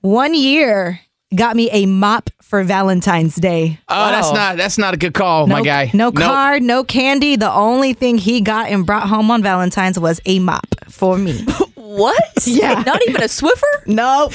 Speaker 3: one year, got me a mop for Valentine's Day.
Speaker 4: Oh, that's not that's not a good call, my guy.
Speaker 3: No
Speaker 4: Nope.
Speaker 3: card, no candy. The only thing he got and brought home on Valentine's was a mop for me.
Speaker 5: What?
Speaker 3: Yeah.
Speaker 5: Not even a Swiffer?
Speaker 3: No.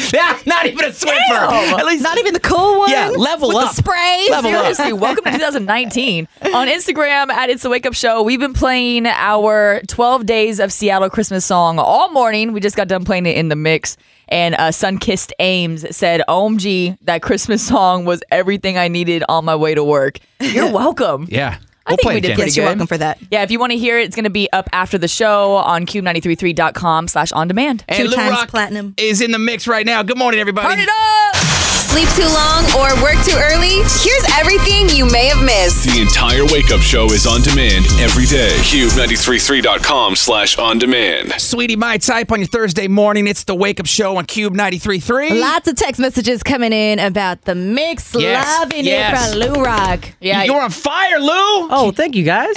Speaker 4: not even a Swiffer.
Speaker 5: Damn.
Speaker 4: At least
Speaker 3: not even the cool one.
Speaker 4: Yeah, level
Speaker 3: with
Speaker 4: up.
Speaker 3: The spray.
Speaker 4: Level up.
Speaker 5: Seriously, welcome to 2019. On Instagram at It's the Wake Up Show, we've been playing our 12 Days of Seattle Christmas song all morning. We just got done playing it in the mix. And uh, Sunkissed Ames said, OMG, that Christmas song was everything I needed on my way to work. You're welcome.
Speaker 4: Yeah.
Speaker 5: I think we did pretty
Speaker 3: Yes, you're
Speaker 5: good.
Speaker 3: welcome for that.
Speaker 5: Yeah, if you want to hear it, it's going to be up after the show on cube933.com slash on demand.
Speaker 4: And Lou Rock
Speaker 3: platinum
Speaker 4: is in the mix right now. Good morning, everybody.
Speaker 5: Turn it up!
Speaker 8: Sleep too long or work too early? Here's everything you may have missed.
Speaker 2: The entire Wake Up Show is on demand every day. Cube933.com slash on demand.
Speaker 4: Sweetie, my type on your Thursday morning. It's the Wake Up Show on Cube 93.3.
Speaker 3: Lots of text messages coming in about the mix.
Speaker 4: Yes,
Speaker 3: Loving
Speaker 4: yes.
Speaker 3: it from Lou Rock.
Speaker 5: Yeah.
Speaker 4: You're on fire, Lou. Oh,
Speaker 16: thank you guys.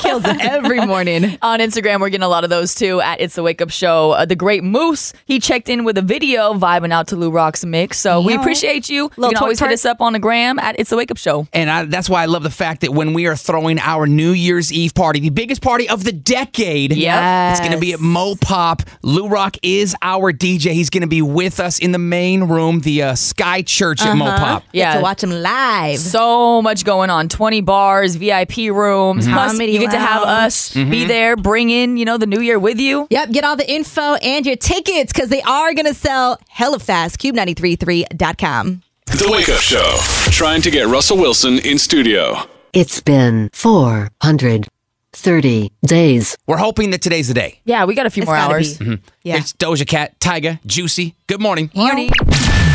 Speaker 3: Kills it every morning.
Speaker 5: on Instagram, we're getting a lot of those too at It's the Wake Up Show. Uh, the Great Moose, he checked in with a video vibing out to Lou Rock's mix. So we
Speaker 3: Yeah.
Speaker 5: appreciate with you. you can
Speaker 3: twerk,
Speaker 5: always hit us up on the gram at It's a Wake Up Show.
Speaker 4: And I, that's why I love the fact that when we are throwing our New Year's Eve party, the biggest party of the decade, it's going to be at Mopop. Lou Rock is our DJ. He's going to be with us in the main room, the uh, Sky Church at
Speaker 5: Uh-huh.
Speaker 4: Mopop.
Speaker 3: Yeah. Uh-huh. to watch them live.
Speaker 5: So much going on. 20 bars, VIP rooms.
Speaker 4: Mm-hmm.
Speaker 3: Mhm.
Speaker 5: Plus,
Speaker 3: Comedy
Speaker 5: you get to have
Speaker 3: lounge.
Speaker 5: us be
Speaker 3: Mhm.
Speaker 5: there, bring in, you know, the new year with you.
Speaker 3: Yep, get all the info and your tickets because they are going to sell hella fast. Cube933.com.
Speaker 2: The Wake Up Show. Trying to get Russell Wilson in studio.
Speaker 6: It's been 430 days.
Speaker 4: We're hoping that today's the day.
Speaker 5: Yeah, we got a few
Speaker 6: It's more gotta hours. be. Mm-hmm.
Speaker 4: Mhm. It's Doja Cat, Tyga, Juicy. Good morning.
Speaker 5: Morning.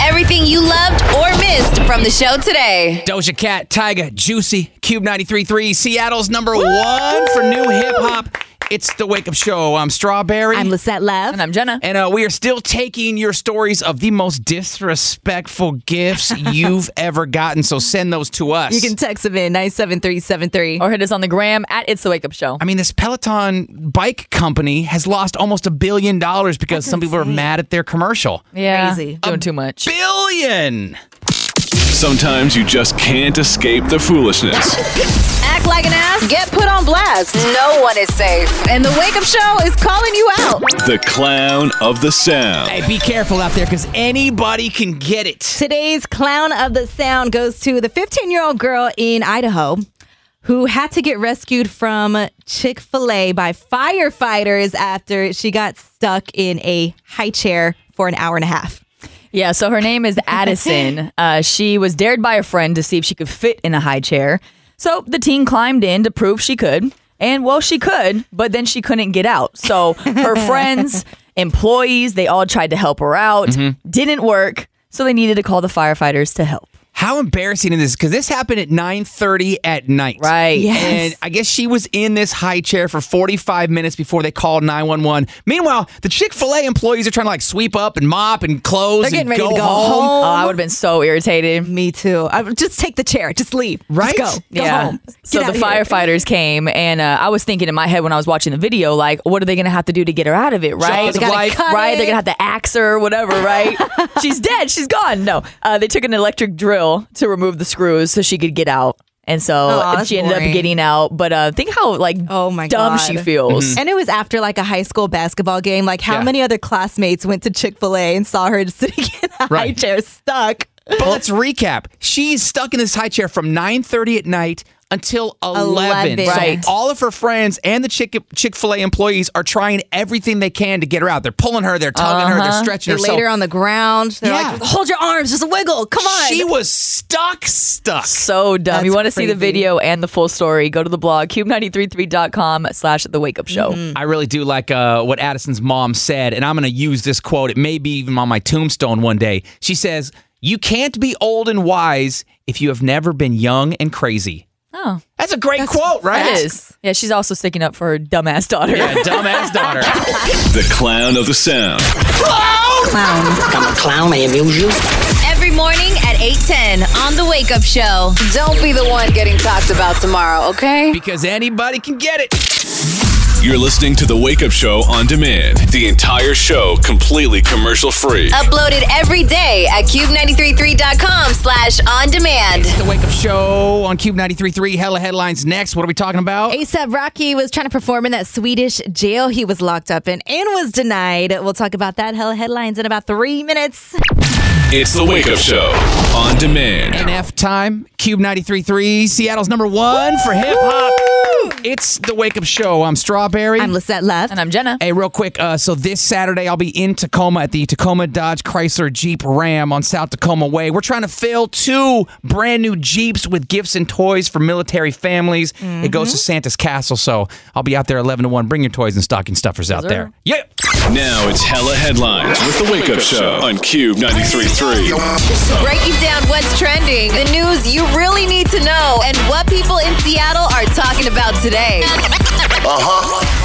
Speaker 8: Everything you loved or missed from the show today.
Speaker 4: Doja Cat, Tyga, Juicy, Cube 93.3, Seattle's number one for new hip hop. It's the Wake Up Show. I'm Strawberry. I'm
Speaker 3: Lisette Love.
Speaker 5: And I'm Jenna.
Speaker 4: And uh, we are still taking your stories of the most disrespectful gifts you've ever gotten. So send those to us.
Speaker 3: You can text them in 97373.
Speaker 5: Or hit us on the gram at It's the Wake Up Show.
Speaker 4: I mean, this Peloton bike company has lost almost a billion dollars because some people are mad at their commercial.
Speaker 5: Yeah. Doing too much.
Speaker 4: Billion.
Speaker 2: Sometimes you just can't escape the foolishness.
Speaker 8: Act like an ass, get put on blast. No one is safe. And the Wake Up Show is calling you out.
Speaker 2: The clown of the sound.
Speaker 4: Hey, be careful out there because anybody can get it.
Speaker 3: Today's clown of the sound goes to the 15 year old girl in Idaho who had to get rescued from Chick fil A by firefighters after she got stuck in a high chair for an hour and a half.
Speaker 5: Yeah, so her name is Addison. uh, she was dared by a friend to see if she could fit in a high chair. So the teen climbed in to prove she could. And well, she could, but then she couldn't get out. So her friends, employees, they all tried to help her out.
Speaker 4: Mhm.
Speaker 5: Didn't work. So they needed to call the firefighters to help.
Speaker 4: How embarrassing it is because this happened at 9:30 at night. Right.
Speaker 5: Yes.
Speaker 4: And I guess she was in this high chair for 45 minutes before they called 911. Meanwhile, the Chick-fil-A employees are trying to like sweep up and mop and close
Speaker 5: They're getting
Speaker 4: and
Speaker 5: ready
Speaker 4: go
Speaker 5: to go
Speaker 4: home.
Speaker 5: home. Oh, I would've been so irritated.
Speaker 3: Me too. I, just take the chair. Just leave.
Speaker 4: Right?
Speaker 3: Just go. Go
Speaker 5: yeah.
Speaker 3: home.
Speaker 5: So
Speaker 3: Get
Speaker 5: the
Speaker 3: out of here.
Speaker 5: firefighters came, and uh, I was thinking in my head when I was watching the video, like, what are they going to have to do to get her out of it, right?
Speaker 4: Jaws of life.
Speaker 5: right? They're going to have to axe her, whatever, right? she's dead. She's gone. No. Uh, they took an electric drill to remove the screws so she could get out. And so
Speaker 3: Aw,
Speaker 5: and
Speaker 3: that's
Speaker 5: she ended
Speaker 3: boring.
Speaker 5: up getting out. But uh, think how like oh my dumb she
Speaker 3: God. Mm-hmm.
Speaker 4: Mm-hmm.
Speaker 5: feels.
Speaker 3: And it was after like a high school basketball game. Like, how
Speaker 5: Yeah.
Speaker 3: many other classmates went to Chick fil A and saw her sitting in a high
Speaker 4: Right.
Speaker 3: chair stuck?
Speaker 4: But let's recap. She's stuck in this high chair from 9:30 at night until 11.
Speaker 3: 11.
Speaker 4: So
Speaker 3: Right.
Speaker 4: all of her friends and the Chick- Chick-fil-A employees are trying everything they can to get her out. They're pulling her, they're tugging her, they're stretching
Speaker 3: Uh-huh.
Speaker 4: her.
Speaker 3: They
Speaker 4: So
Speaker 3: laid her on the ground. They're
Speaker 4: Yeah.
Speaker 3: like, hold your arms, just wiggle. Come on.
Speaker 4: She was stuck, stuck.
Speaker 5: So dumb.
Speaker 3: That's
Speaker 5: you want to see the
Speaker 3: crazy.
Speaker 5: video and the full story, go to the blog, cube933.com slash the wake up show.
Speaker 3: Mm-hmm.
Speaker 4: Mm-hmm. I really do like uh, what Addison's mom said, and I'm going to use this quote. It may be even on my tombstone one day. She says, You can't be old and wise if you have never been young and crazy.
Speaker 5: Oh.
Speaker 4: That's a great quote, right?
Speaker 5: It is. Yeah, she's also sticking up for her dumbass daughter.
Speaker 4: Yeah, dumbass daughter.
Speaker 2: The clown of the sound.
Speaker 4: Oh!
Speaker 8: Clown.
Speaker 6: I'm a clown, I amuse you.
Speaker 8: Every morning at 8:10 on the Wake Up Show. Don't be the one getting talked about tomorrow, okay?
Speaker 4: Because anybody can get it.
Speaker 2: You're listening to The Wake Up Show on demand. The entire show completely commercial free.
Speaker 8: Uploaded every day at cube933.com slash on demand.
Speaker 4: The Wake Up Show on Cube 93.3. Hella headlines next. What are we talking about?
Speaker 3: ASAP Rocky was trying to perform in that Swedish jail he was locked up in and was denied. We'll talk about that. Hella headlines in about three minutes.
Speaker 2: It's The Wake Up Show on demand.
Speaker 4: NF time, Cube 93.3, Seattle's number one for hip hop. It's the Wake Up Show. I'm Strawberry. I'm
Speaker 3: Lisette Love.
Speaker 5: And I'm Jenna.
Speaker 4: Hey, real quick. Uh, so this Saturday, I'll be in Tacoma at the Tacoma Dodge Chrysler Jeep Ram on South Tacoma Way. We're trying to fill two brand new Jeeps with gifts and toys for military families. It goes to Santa's Castle. So I'll be out there 11 to 1. Bring your toys and stocking stuffers out there. Yeah.
Speaker 2: Now it's Hella Headlines with The Wake Up Show on Cube 93.3.
Speaker 8: Breaking down what's trending, the news you really need to know, and what people in Seattle are talking about today.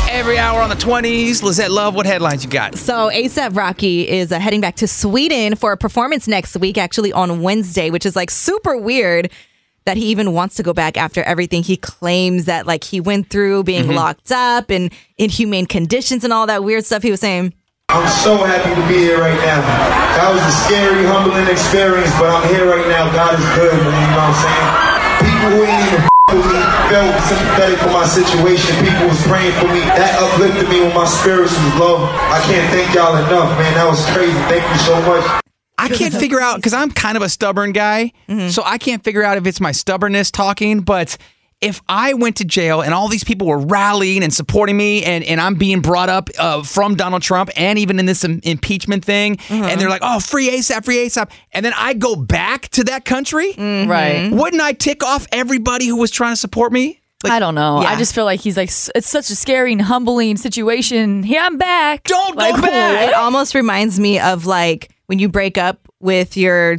Speaker 4: Every hour on the 20s. Lizette Love, what headlines you got?
Speaker 3: So ASAP Rocky is uh, heading back to Sweden for a performance next week, actually on Wednesday, which is like super weird that he even wants to go back after everything he claims that
Speaker 4: Mm-hmm.
Speaker 3: like he went through being
Speaker 5: Mhm.
Speaker 3: locked up and inhumane conditions and all that weird stuff he was saying.
Speaker 16: I'm so happy to be here right now. That was a scary, humbling experience, but I'm here right now. God is good, man. You know what I'm saying? People who ain't even with me felt sympathetic for my situation. People was praying for me. That uplifted me when my spirits was low. I can't thank y'all enough, man. That was crazy. Thank you so much.
Speaker 4: I can't figure out because I'm kind of a stubborn guy,
Speaker 5: Mm-hmm.
Speaker 4: so I can't figure out if it's my stubbornness talking. But if I went to jail and all these people were rallying and supporting me, and, and I'm being brought up uh, from Donald Trump and even in this im- impeachment thing,
Speaker 5: Mm-hmm.
Speaker 4: and they're like, "Oh, free ASAP, free ASAP," and then I go back to that country,
Speaker 5: Mm-hmm. Right.
Speaker 4: Wouldn't I tick off everybody who was trying to support me?
Speaker 5: I don't know. Oh, I
Speaker 4: Yeah.
Speaker 5: just feel like he's like "S- it's such a scary and humbling situation. Here I'm back.
Speaker 4: Don't
Speaker 5: like,
Speaker 3: It almost reminds me of like when you break up with your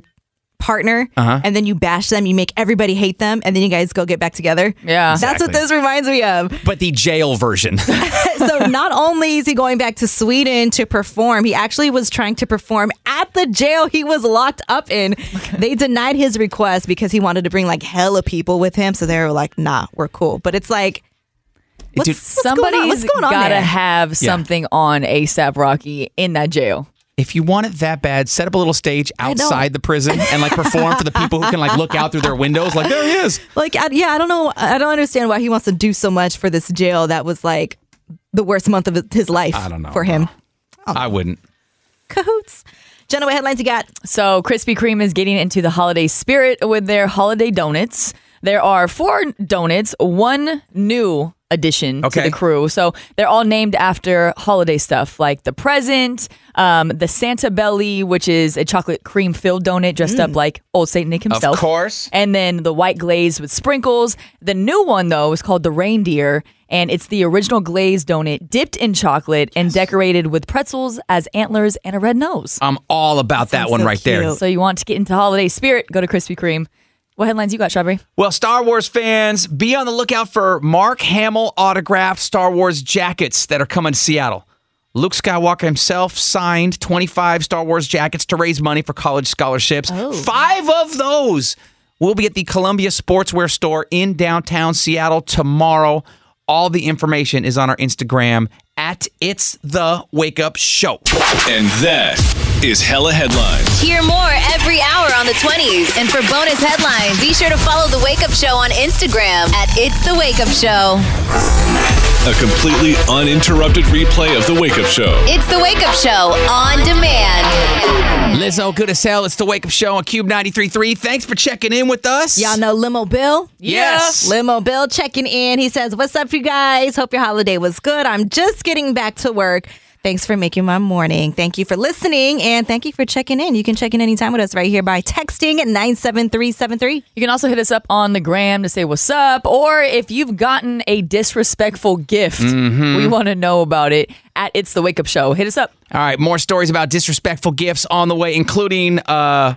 Speaker 3: partner
Speaker 4: Uh-huh.
Speaker 3: and then you bash them, you make everybody hate them, and then you guys go get back together.
Speaker 5: Yeah.
Speaker 3: That's what
Speaker 4: Exactly.
Speaker 3: this reminds me of.
Speaker 4: But the jail version.
Speaker 3: so not only is he going back to Sweden to perform, he actually was trying to perform at the jail he was locked up in. They denied his request because he wanted to bring like hella people with him. So they were like, nah, we're cool. But it's like, what's, what's going on?
Speaker 5: Somebody's
Speaker 3: What's going on
Speaker 5: gotta
Speaker 3: there?
Speaker 5: have
Speaker 4: Yeah.
Speaker 5: something on ASAP Rocky in that jail.
Speaker 4: if you want it that bad, set up a little stage
Speaker 3: know.
Speaker 4: outside the prison and like perform for the people who can like look out through their windows. Like there he is.
Speaker 3: Like, I, yeah, I don't know. I don't understand why he wants to do so much for this jail that was like the worst month of his life
Speaker 4: I don't know.
Speaker 3: for him.
Speaker 4: I wouldn't.
Speaker 3: Cahoots. Jenna, what headlines you got?
Speaker 5: So Krispy Kreme is getting into the holiday spirit with their holiday donuts. There are four donuts, one new addition to
Speaker 4: Okay.
Speaker 5: the crew. So they're all named after holiday stuff, like the present, um, the Santa Belly, which is a chocolate cream filled donut dressed up like old Saint Nick himself.
Speaker 4: Mm. course.
Speaker 5: And then the white glaze with sprinkles. The new one though is called the reindeer. And it's the original glazed donut dipped in chocolate and decorated with pretzels as antlers and a red nose.
Speaker 4: I'm all about that, one right there.
Speaker 5: So you want to get into holiday spirit, go to Krispy Kreme. What headlines you got, Strawberry?
Speaker 4: Well, Star Wars fans, be on the lookout for Mark Hamill autographed Star Wars jackets that are coming to Seattle. Luke Skywalker himself signed 25 Star Wars jackets to raise money for college scholarships. Five of those will be at the Columbia Sportswear store in downtown Seattle tomorrow. All the information is on our Instagram at It's the Wake Up Show.
Speaker 2: And that is hella headlines.
Speaker 8: Hear more every hour on the 20s. And for bonus headlines, be sure to follow The Wake Up Show on Instagram at It's The Wake Up Show.
Speaker 2: A completely uninterrupted replay of The Wake Up Show.
Speaker 8: It's The Wake Up Show on demand.
Speaker 4: Lizzo, good as hell. It's the Wake Up Show on Cube 93.3. Thanks for checking in with us.
Speaker 3: Y'all know Limo Bill?
Speaker 4: Yes. Yes.
Speaker 3: Limo Bill checking in. He says, What's up, you guys? Hope your holiday was good. I'm just getting back to work. Thanks for making my morning. Thank you for listening and thank you for checking in. You can check in anytime with us right here by texting at 97373.
Speaker 5: You can also hit us up on the gram to say what's up, or if you've gotten a disrespectful gift, we want to know about it at It's the Wake Up Show. Hit us up.
Speaker 4: All right, more stories about disrespectful gifts on the way, including uh,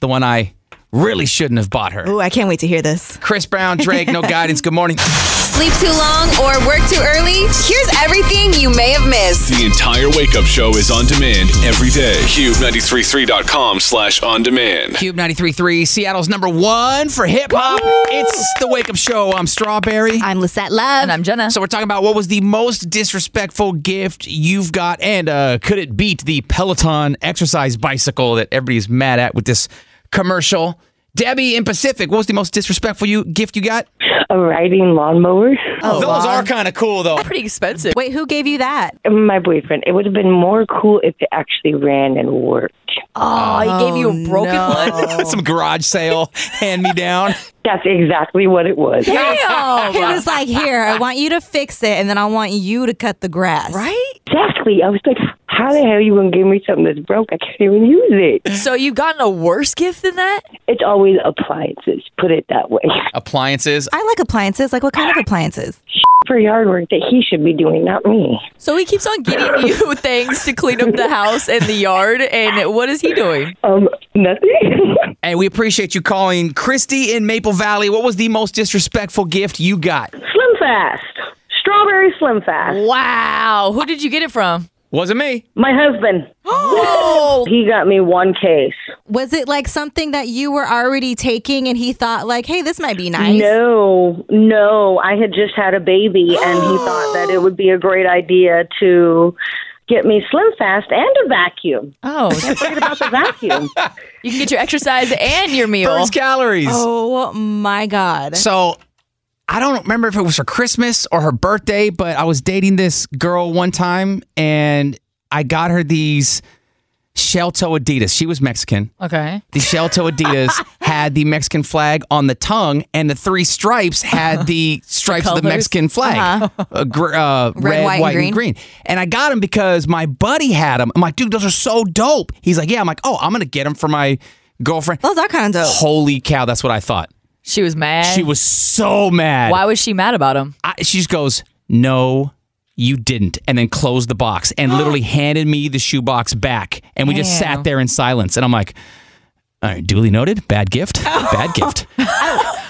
Speaker 4: the one I really shouldn't have bought her.
Speaker 3: Ooh, I can't wait to hear this.
Speaker 4: Chris Brown, Drake, no guidance. Good morning.
Speaker 8: Sleep too long or work too early? Here's everything you may have missed.
Speaker 2: The entire Wake Up Show is on demand every day. Cube933.com slash on demand.
Speaker 4: Cube 93.3, Seattle's number one for hip hop. It's the Wake Up Show. I'm Strawberry.
Speaker 3: I'm Lisette Love.
Speaker 5: And I'm Jenna.
Speaker 4: So we're talking about what was the most disrespectful gift you've got, and uh, could it beat the Peloton exercise bicycle that everybody's mad at with this commercial? Debbie in Pacific, what was the most disrespectful you gift you got?
Speaker 17: A riding lawnmower.
Speaker 4: Oh, Those are kind of cool though.
Speaker 5: Pretty expensive.
Speaker 3: Wait, who gave you that?
Speaker 17: My boyfriend. It would have been more cool if it actually ran and worked.
Speaker 5: Oh, he gave you a broken one.
Speaker 4: Some garage sale hand me down.
Speaker 17: That's exactly what it was.
Speaker 3: He was like, Here, I want you to fix it and then I want you to cut the grass.
Speaker 5: Right?
Speaker 17: Exactly. I was like, how the hell you going to give me something that's broke? I can't even use it.
Speaker 5: So you've gotten a worse gift than that?
Speaker 17: It's always appliances, put it that way.
Speaker 4: Appliances.
Speaker 3: I like appliances. Like, what kind of appliances?
Speaker 17: For yard work that he should be doing, not me.
Speaker 5: So he keeps on getting you things to clean up the house and the yard. And what is he doing?
Speaker 17: Um, nothing.
Speaker 4: And we appreciate you calling Christy in Maple Valley. What was the most disrespectful gift you got?
Speaker 18: Slim Fast. Strawberry Slim Fast.
Speaker 5: Wow. Who did you get it from?
Speaker 4: Wasn't me.
Speaker 18: My husband.
Speaker 5: Oh.
Speaker 18: he got me one case.
Speaker 3: Was it like something that you were already taking and he thought, like, hey, this might be nice?
Speaker 18: No, no. I had just had a baby and he thought that it would be a great idea to Get me Slim Fast and a vacuum.
Speaker 5: Oh,
Speaker 18: can't forget about the vacuum.
Speaker 5: You can get your exercise and your meal.
Speaker 4: Burns calories.
Speaker 3: Oh my God.
Speaker 4: So I don't remember if it was for Christmas or her birthday, but I was dating this girl one time and I got her these shell toe Adidas. She was Mexican.
Speaker 5: Okay.
Speaker 4: The shell toe Adidas had the Mexican flag on the tongue, and the three stripes had the stripes of the
Speaker 5: colors?
Speaker 4: Mexican flag
Speaker 5: Uh-huh.
Speaker 4: Uh, gr- uh,
Speaker 5: Red,
Speaker 4: red,
Speaker 5: white,
Speaker 4: white,
Speaker 5: and
Speaker 4: and, green. And I got them because my buddy had them. I'm like, dude, those are so dope. He's like, yeah. I'm like, oh, I'm going to get them for my girlfriend.
Speaker 3: Those are kind of dope.
Speaker 4: Holy cow, that's what I thought.
Speaker 5: She was mad.
Speaker 4: She was so mad.
Speaker 5: Why was she mad about him?
Speaker 4: I, she just goes, "No, you didn't," and then closed the box and literally handed me the shoebox back, and we just
Speaker 5: Damn.
Speaker 4: sat there in silence. And I'm like, "All right, duly noted. Bad gift. Bad gift."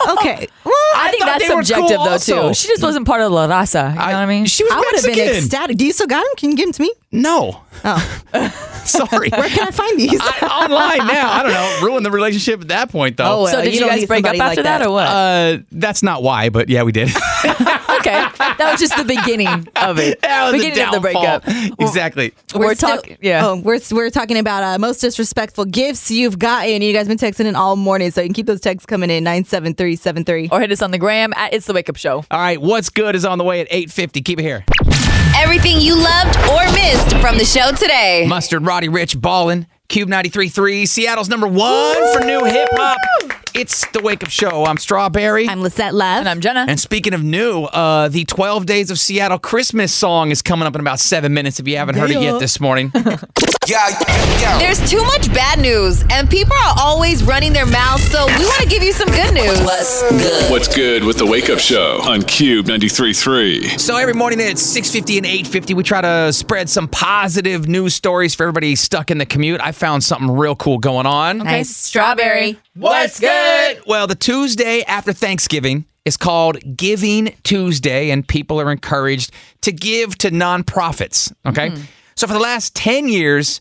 Speaker 3: Okay.
Speaker 5: I, think
Speaker 4: thought
Speaker 5: that's
Speaker 4: they were
Speaker 5: subjective
Speaker 4: cool
Speaker 5: though
Speaker 4: also.
Speaker 5: too. She just wasn't part of La Raza. You know what I mean? She
Speaker 4: was
Speaker 3: I would have been
Speaker 4: Mexican.
Speaker 3: ecstatic. Do you still got them? Can you give them to me?
Speaker 4: No.
Speaker 3: Oh.
Speaker 4: Sorry.
Speaker 3: Where can I find these?
Speaker 4: I, online now. I don't know. Ruined the relationship at that point, though.
Speaker 3: Oh, well, So did you you don't guys need break up somebody after like that that. or what?
Speaker 4: Uh, that's not why, but yeah, we did.
Speaker 5: okay. That was just the beginning of it.
Speaker 4: That was the
Speaker 5: beginning of the
Speaker 4: downfall.
Speaker 5: breakup.
Speaker 4: exactly.
Speaker 5: We're
Speaker 3: still-
Speaker 5: talking. Yeah.
Speaker 3: Oh, we're we're talking about uh, most disrespectful gifts you've gotten. You guys been texting in all morning, so you can keep those texts coming in nine seven three seven three.
Speaker 5: Or hit us on the gram at It's the Wake Up Show.
Speaker 4: All right, what's good is on the way at 8:50. Keep it here.
Speaker 8: Everything you loved or missed from the show today.
Speaker 4: Mustard, Roddy Rich, Ballin, Cube 93.3, Seattle's number one for new hip hop. It's the Wake Up Show. I'm Strawberry.
Speaker 3: I'm Lisette Love.
Speaker 5: And I'm Jenna.
Speaker 4: And speaking of new, uh, the 12 Days of Seattle Christmas song is coming up in about seven minutes if you haven't heard it
Speaker 8: Yeah.
Speaker 4: yet this morning.
Speaker 8: There's too much bad news, and people are always running their mouths, so we want to give you some good news.
Speaker 2: What's good with the Wake Up Show on Cube 93.3?
Speaker 4: So every morning at 6:50 and 8:50 we try to spread some positive news stories for everybody stuck in the commute. I found something real cool going on.
Speaker 5: Strawberry.
Speaker 4: What's good? Well, the Tuesday after Thanksgiving is called Giving Tuesday, and people are encouraged to give to nonprofits. Okay. So for the last 10 years,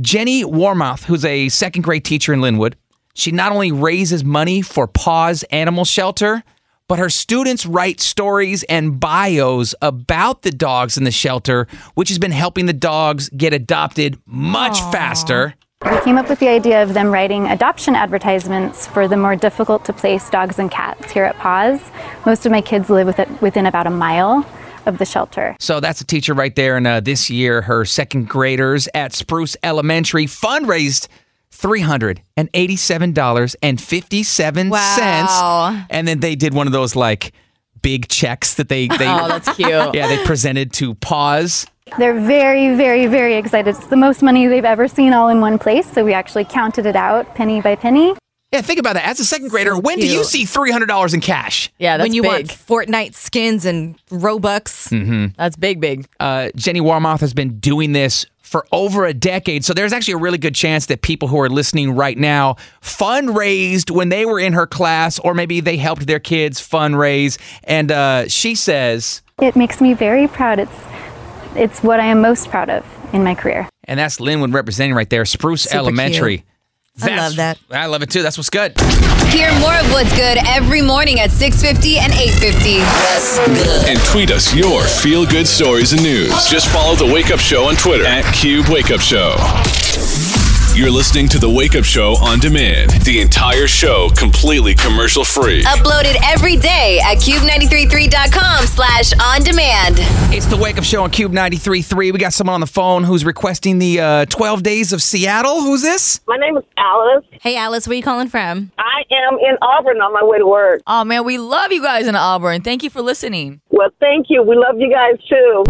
Speaker 4: Jenny Warmouth, who's a second grade teacher in Linwood, she not only raises money for Paws Animal Shelter, but her students write stories and bios about the dogs in the shelter, which has been helping the dogs get adopted much faster.
Speaker 9: We came up with the idea of them writing adoption advertisements for the more difficult to place dogs and cats here at Paws. Most of my kids live with it, within about a mile of the shelter.
Speaker 4: So that's a teacher right there. And uh, this year, her second graders at Spruce Elementary fundraised $387.57.
Speaker 3: Wow.
Speaker 4: And then they did one of those like big checks that they. they
Speaker 9: Oh, that's cute.
Speaker 4: Yeah, they presented to Pause.
Speaker 9: They're very, very, very excited. It's the most money they've ever seen all in one place, so we actually counted it out penny by penny.
Speaker 4: Yeah, think about that. As a second grader, when do you
Speaker 9: cute.
Speaker 4: see $300 in cash?
Speaker 5: Yeah,
Speaker 3: when you want Fortnite skins and Robux.
Speaker 4: Mm-hmm.
Speaker 5: That's big, big.
Speaker 4: Uh, Jenny Warmoth has been doing this for over a decade. So there's actually a really good chance that people who are listening right now fundraised when they were in her class, or maybe they helped their kids fundraise. And uh, she says,
Speaker 9: It makes me very proud. It's, it's what I am most proud of in my career.
Speaker 4: and that's Linwood representing right there, Spruce
Speaker 9: Super
Speaker 4: Elementary.
Speaker 9: cute.
Speaker 8: I love
Speaker 4: that. I love it too. That's what's good.
Speaker 8: Hear more of what's good every morning at 6.50 and 8.50.
Speaker 2: And tweet us your feel good stories and news. Just follow the Wake Up Show on Twitter at Cube Wake Up Show. You're listening to the Wake Up Show on demand. The entire show completely commercial free.
Speaker 8: Uploaded every day at cube933.com slash on demand.
Speaker 4: It's the Wake Up Show on Cube 93.3. We got someone on the phone who's requesting the uh, 12 Days of Seattle. Who's this?
Speaker 18: My name is Alice.
Speaker 3: Hey, Alice, where you calling from?
Speaker 18: I am in Auburn on my way to work.
Speaker 5: Oh man, we love you guys in Auburn. Thank you for listening.
Speaker 18: Well, thank you. We love you guys too.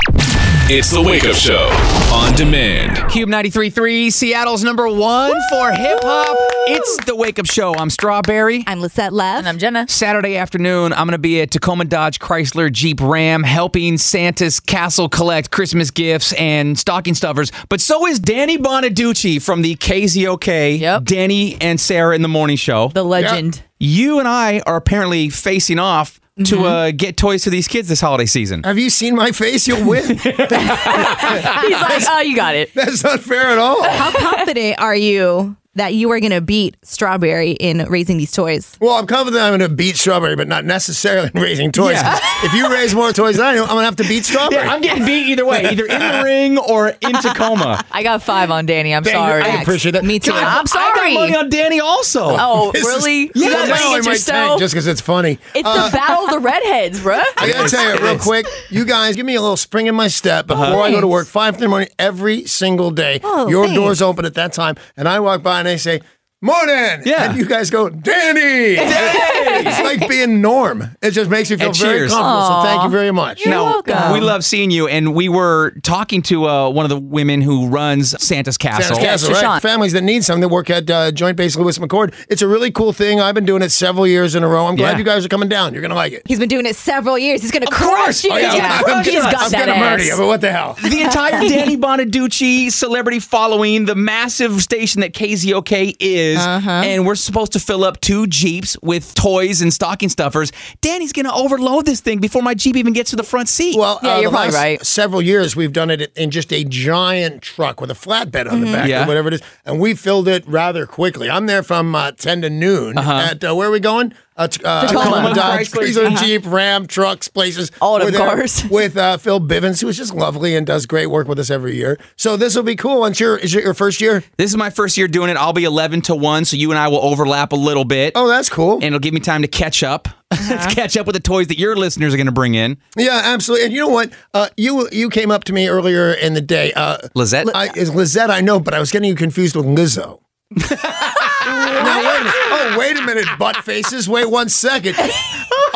Speaker 2: It's the Wake Up Show on demand.
Speaker 4: Cube 93.3, Seattle's number one for hip hop. It's the Wake Up Show. I'm Strawberry.
Speaker 3: I'm Lisette Love. And
Speaker 5: I'm Jenna.
Speaker 4: Saturday afternoon, I'm going to be at Tacoma Dodge Chrysler Jeep Ram helping Santa's Castle collect Christmas gifts and stocking stuffers. But so is Danny Bonaducci from the KZOK, Danny and Sarah in the Morning Show. The
Speaker 5: legend. Mm-hmm.
Speaker 4: You and I are apparently facing off to uh, get toys to these kids this holiday season.
Speaker 19: Have you seen my face? You'll win. He's
Speaker 5: like, oh, you got it.
Speaker 19: That's not fair at all.
Speaker 3: How confident are you that you are going to beat Strawberry in raising these toys.
Speaker 19: Well, I'm confident I'm going to beat Strawberry, but not necessarily in raising toys.
Speaker 3: Yeah.
Speaker 19: if you raise more toys than I do, I'm going to have to beat Strawberry.
Speaker 4: Yeah, I'm getting beat either way, either in the ring or in Tacoma.
Speaker 5: I got five on Danny. I'm
Speaker 19: Dang,
Speaker 5: sorry.
Speaker 19: I appreciate that.
Speaker 5: Uh, Me too.
Speaker 19: God,
Speaker 5: I'm
Speaker 4: I got
Speaker 5: sorry.
Speaker 4: money on Danny also.
Speaker 5: Oh,
Speaker 19: This is-
Speaker 5: really?
Speaker 19: Yeah,
Speaker 5: You gotta
Speaker 19: now
Speaker 5: bring
Speaker 19: I
Speaker 5: it
Speaker 19: might
Speaker 5: yourself?
Speaker 19: tank just because it's funny.
Speaker 5: It's
Speaker 19: Uh,
Speaker 5: the battle of the redheads, bruh.
Speaker 19: I gotta tell you real quick, you guys give me a little spring in my step before
Speaker 4: Uh-huh.
Speaker 19: I go to work five in the morning every single day.
Speaker 5: Oh,
Speaker 19: Your
Speaker 5: thanks.
Speaker 19: doors open at that time, and I walk by and I say, "Morning!"
Speaker 4: Yeah.
Speaker 19: and you guys go, "Danny." it's like being Norm. It just makes you feel
Speaker 4: And
Speaker 19: very
Speaker 4: cheers.
Speaker 19: comfortable. So thank
Speaker 4: Aw.
Speaker 19: you very much.
Speaker 4: no, we love seeing you, and we were talking to uh, one of the women who runs Santa's Castle.
Speaker 19: Santa's Castle, right? Families that need something that work at uh, Joint Base Lewis McCord. It's a really cool thing. I've been doing it several years in a row. I'm glad
Speaker 4: Yeah.
Speaker 19: you guys are coming down. You're gonna like it.
Speaker 3: He's been doing it several years. He's going to crush you.
Speaker 19: Oh, yeah,
Speaker 3: He's gonna
Speaker 19: I'm,
Speaker 3: crush
Speaker 19: I'm,
Speaker 3: you. He's
Speaker 19: gonna-
Speaker 3: got
Speaker 19: I'm
Speaker 3: that
Speaker 19: gonna murder
Speaker 3: ass.
Speaker 19: you. But what the hell?
Speaker 4: The entire Danny Bonaducci celebrity following, the massive station that KZOK is,
Speaker 19: Uh-huh.
Speaker 4: and we're supposed to fill up two Jeeps with toys and stocking stuffers. Danny's going to overload this thing before my Jeep even gets to the front seat.
Speaker 19: Well, uh, the last Several years we've done it in just a giant truck with a flatbed on the
Speaker 4: Mhm.
Speaker 19: back
Speaker 4: Yeah.
Speaker 19: or whatever it is, and we filled it rather quickly. I'm there from uh, ten to noon.
Speaker 4: Uh-huh.
Speaker 19: At uh, where are we going? Uh, t- uh,
Speaker 4: Tacoma.
Speaker 19: Tacoma, Dodge,
Speaker 4: Chrysler.
Speaker 19: Chrysler,
Speaker 4: Uh-huh.
Speaker 19: Jeep, Ram, trucks, places.
Speaker 4: All
Speaker 19: We're
Speaker 4: them
Speaker 19: there
Speaker 4: cars.
Speaker 19: with uh, Phil Bivens, who is just lovely and does great work with us every year. So this will be cool. Once your is it your first year?
Speaker 4: This is my first year doing it. I'll be 11 to 1, so you and I will overlap a little bit.
Speaker 19: Oh, that's cool.
Speaker 4: And it'll give me time to catch up.
Speaker 5: Uh-huh.
Speaker 4: catch up with the toys that your listeners are going to bring in.
Speaker 19: Yeah, absolutely. And you know what? Uh, you you came up to me earlier in the day. Uh,
Speaker 4: Lizette?
Speaker 19: I, is Lizette, I know, but I was getting you confused with Lizzo. now, wait a minute. Oh, wait a minute, butt faces. Wait one second.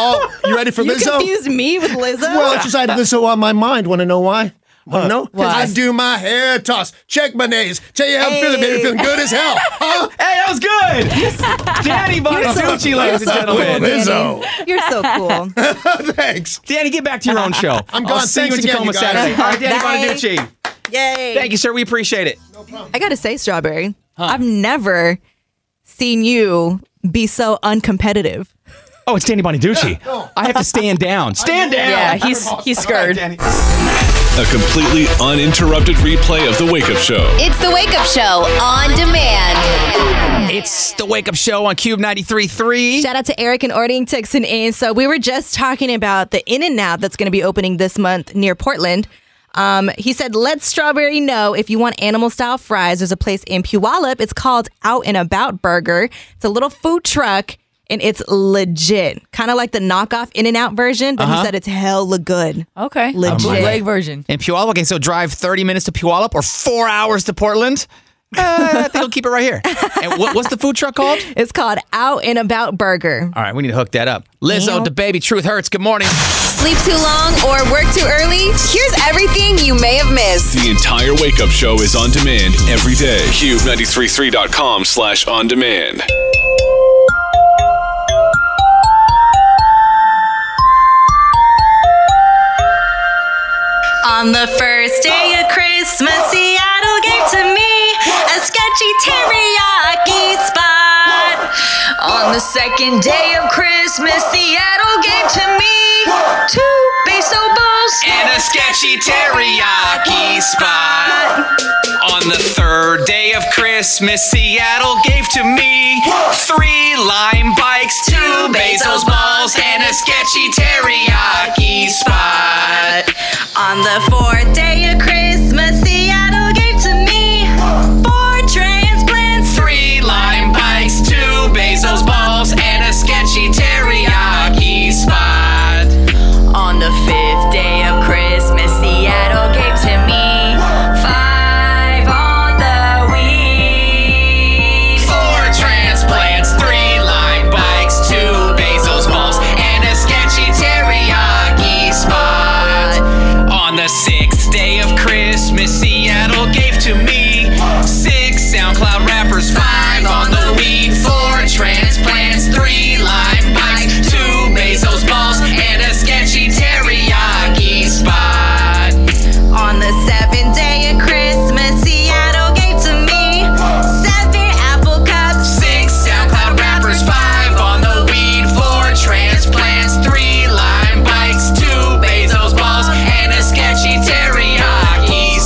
Speaker 19: Oh, you ready for
Speaker 3: You
Speaker 19: Lizzo?
Speaker 3: confused me with Lizzo?
Speaker 19: Well, it's just I had Lizzo on my mind. Want to know why? Want to know? 'Cause
Speaker 3: Why?
Speaker 19: I do my hair toss, check my nails, tell you how I'm feeling, baby,
Speaker 4: Hey.
Speaker 19: feeling good as hell. Huh?
Speaker 4: Hey, that was good. Danny Bonaducci, ladies and gentlemen.
Speaker 19: Lizzo.
Speaker 3: You're so cool.
Speaker 19: Thanks.
Speaker 4: Danny, get back to your own show.
Speaker 19: I'm
Speaker 4: I'll
Speaker 19: gone.
Speaker 4: see
Speaker 19: Thanks
Speaker 4: you in
Speaker 19: again,
Speaker 4: Tacoma
Speaker 19: you guys.
Speaker 4: Saturday. All right, Danny
Speaker 3: Bye.
Speaker 4: Bonaducci.
Speaker 3: Yay.
Speaker 4: Thank you, sir. We appreciate it.
Speaker 3: I gotta say, Strawberry, I've never seen you be so uncompetitive.
Speaker 4: Oh, it's Danny Bonaducci. I have to stand down. Stand down.
Speaker 5: Yeah, he's he's scared.
Speaker 2: A completely uninterrupted replay of The Wake Up Show.
Speaker 8: It's the Wake Up Show on demand.
Speaker 4: It's the Wake Up Show on Cube 93.3.
Speaker 3: Shout out to Eric and Ording Texan Inn. So we were just talking about the In and Out that's going to be opening this month near Portland. Um, he said, "Let Strawberry know if you want animal style fries. There's a place in Puyallup. It's called Out and About Burger. It's a little food truck." And it's legit, kind of like the knockoff In and Out version, but
Speaker 4: Uh-huh.
Speaker 3: he said it's hella good.
Speaker 5: Okay,
Speaker 3: legit.
Speaker 5: bootleg version.
Speaker 4: In Puyallup. Okay, so drive 30 minutes to Puyallup or four hours to Portland. Uh, I think we'll keep it right here. And what, what's the food truck called?
Speaker 3: It's called Out and About Burger.
Speaker 4: All right, we need to hook that up. Lizzo, the baby, truth hurts. Good morning.
Speaker 8: Sleep too long or work too early? Here's everything you may have missed.
Speaker 2: The entire Wake Up Show is on demand every day. Cube933.com slash on demand.
Speaker 8: On the first day of Christmas, Seattle gave to me a sketchy teriyaki spot. On the second day of Christmas, Seattle gave to me two peso balls
Speaker 4: In a sketchy teriyaki spot. On the third day of Christmas, Seattle gave to me three lime bikes, two Basil's balls, and a sketchy teriyaki spot.
Speaker 8: On the fourth day of Christmas, Seattle gave to me four transplants,
Speaker 4: Three lime bikes, two Basil's balls, and a sketchy teriyaki spot.
Speaker 8: On the fifth day of Christmas, Seattle gave to me five on the week.
Speaker 4: Four transplants, three lime bikes, two Basil's balls, and a sketchy teriyaki spot. On the sixth day of Christmas, Seattle gave to me six SoundCloud rappers, five on the weed, four transplants, three lime bikes, two Basil's balls, and a sketchy teriyaki spot.
Speaker 8: On the seventh day of Christmas, Seattle gave to me seven apple cups.
Speaker 4: Six SoundCloud rappers, five on the weed, four transplants, three lime bikes, two Bezos balls, and a sketchy teriyaki.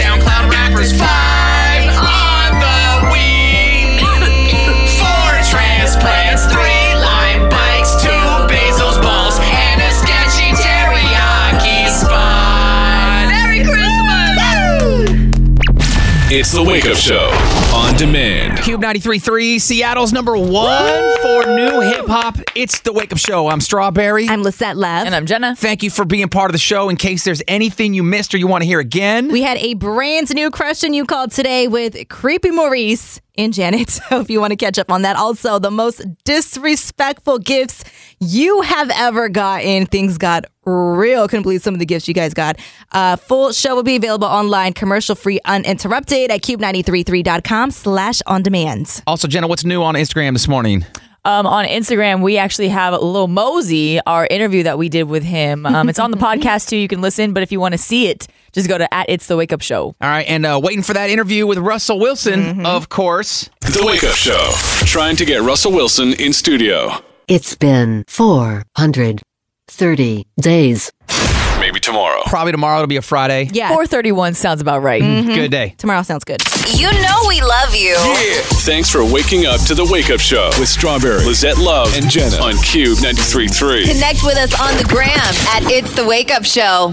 Speaker 2: It's the Wake Up Show on demand.
Speaker 4: Cube 93.3, Seattle's number one for new hip hop. It's the Wake Up Show. I'm Strawberry.
Speaker 3: I'm Lisette Love.
Speaker 4: And I'm Jenna. Thank you for being part of the show. In case there's anything you missed or you want to hear again,
Speaker 3: We had a brand new question you called today with Creepy Maurice and Janet. So if you want to catch up on that, also the most disrespectful gifts you have ever gotten. Things got real. Couldn't believe some of the gifts you guys got. Uh, full show will be available online, commercial free, uninterrupted at cube933.com slash on demand.
Speaker 4: also, Jenna, what's new on Instagram this morning?
Speaker 5: Um, on Instagram, we actually have Lil Mosey, our interview that we did with him. Um, it's on the podcast too. You can listen, but if you want to see it, just go to at It's the Wake Up Show.
Speaker 4: All right, and uh, waiting for that interview with Russell Wilson,
Speaker 3: Mm-hmm.
Speaker 4: of course.
Speaker 2: The Wake Up Show. Trying to get Russell Wilson in studio.
Speaker 6: It's been 430 days.
Speaker 2: Maybe tomorrow.
Speaker 4: Probably tomorrow. It'll be a Friday.
Speaker 3: Yeah.
Speaker 5: 431 sounds about right.
Speaker 4: Good day.
Speaker 3: Tomorrow sounds good.
Speaker 8: You know we love you.
Speaker 2: Thanks for waking up to The Wake Up Show with Strawberry, Lizette Love, and Jenna on Cube 93.3.
Speaker 8: Connect with us on the gram at It's the Wake Up Show.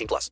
Speaker 1: plus.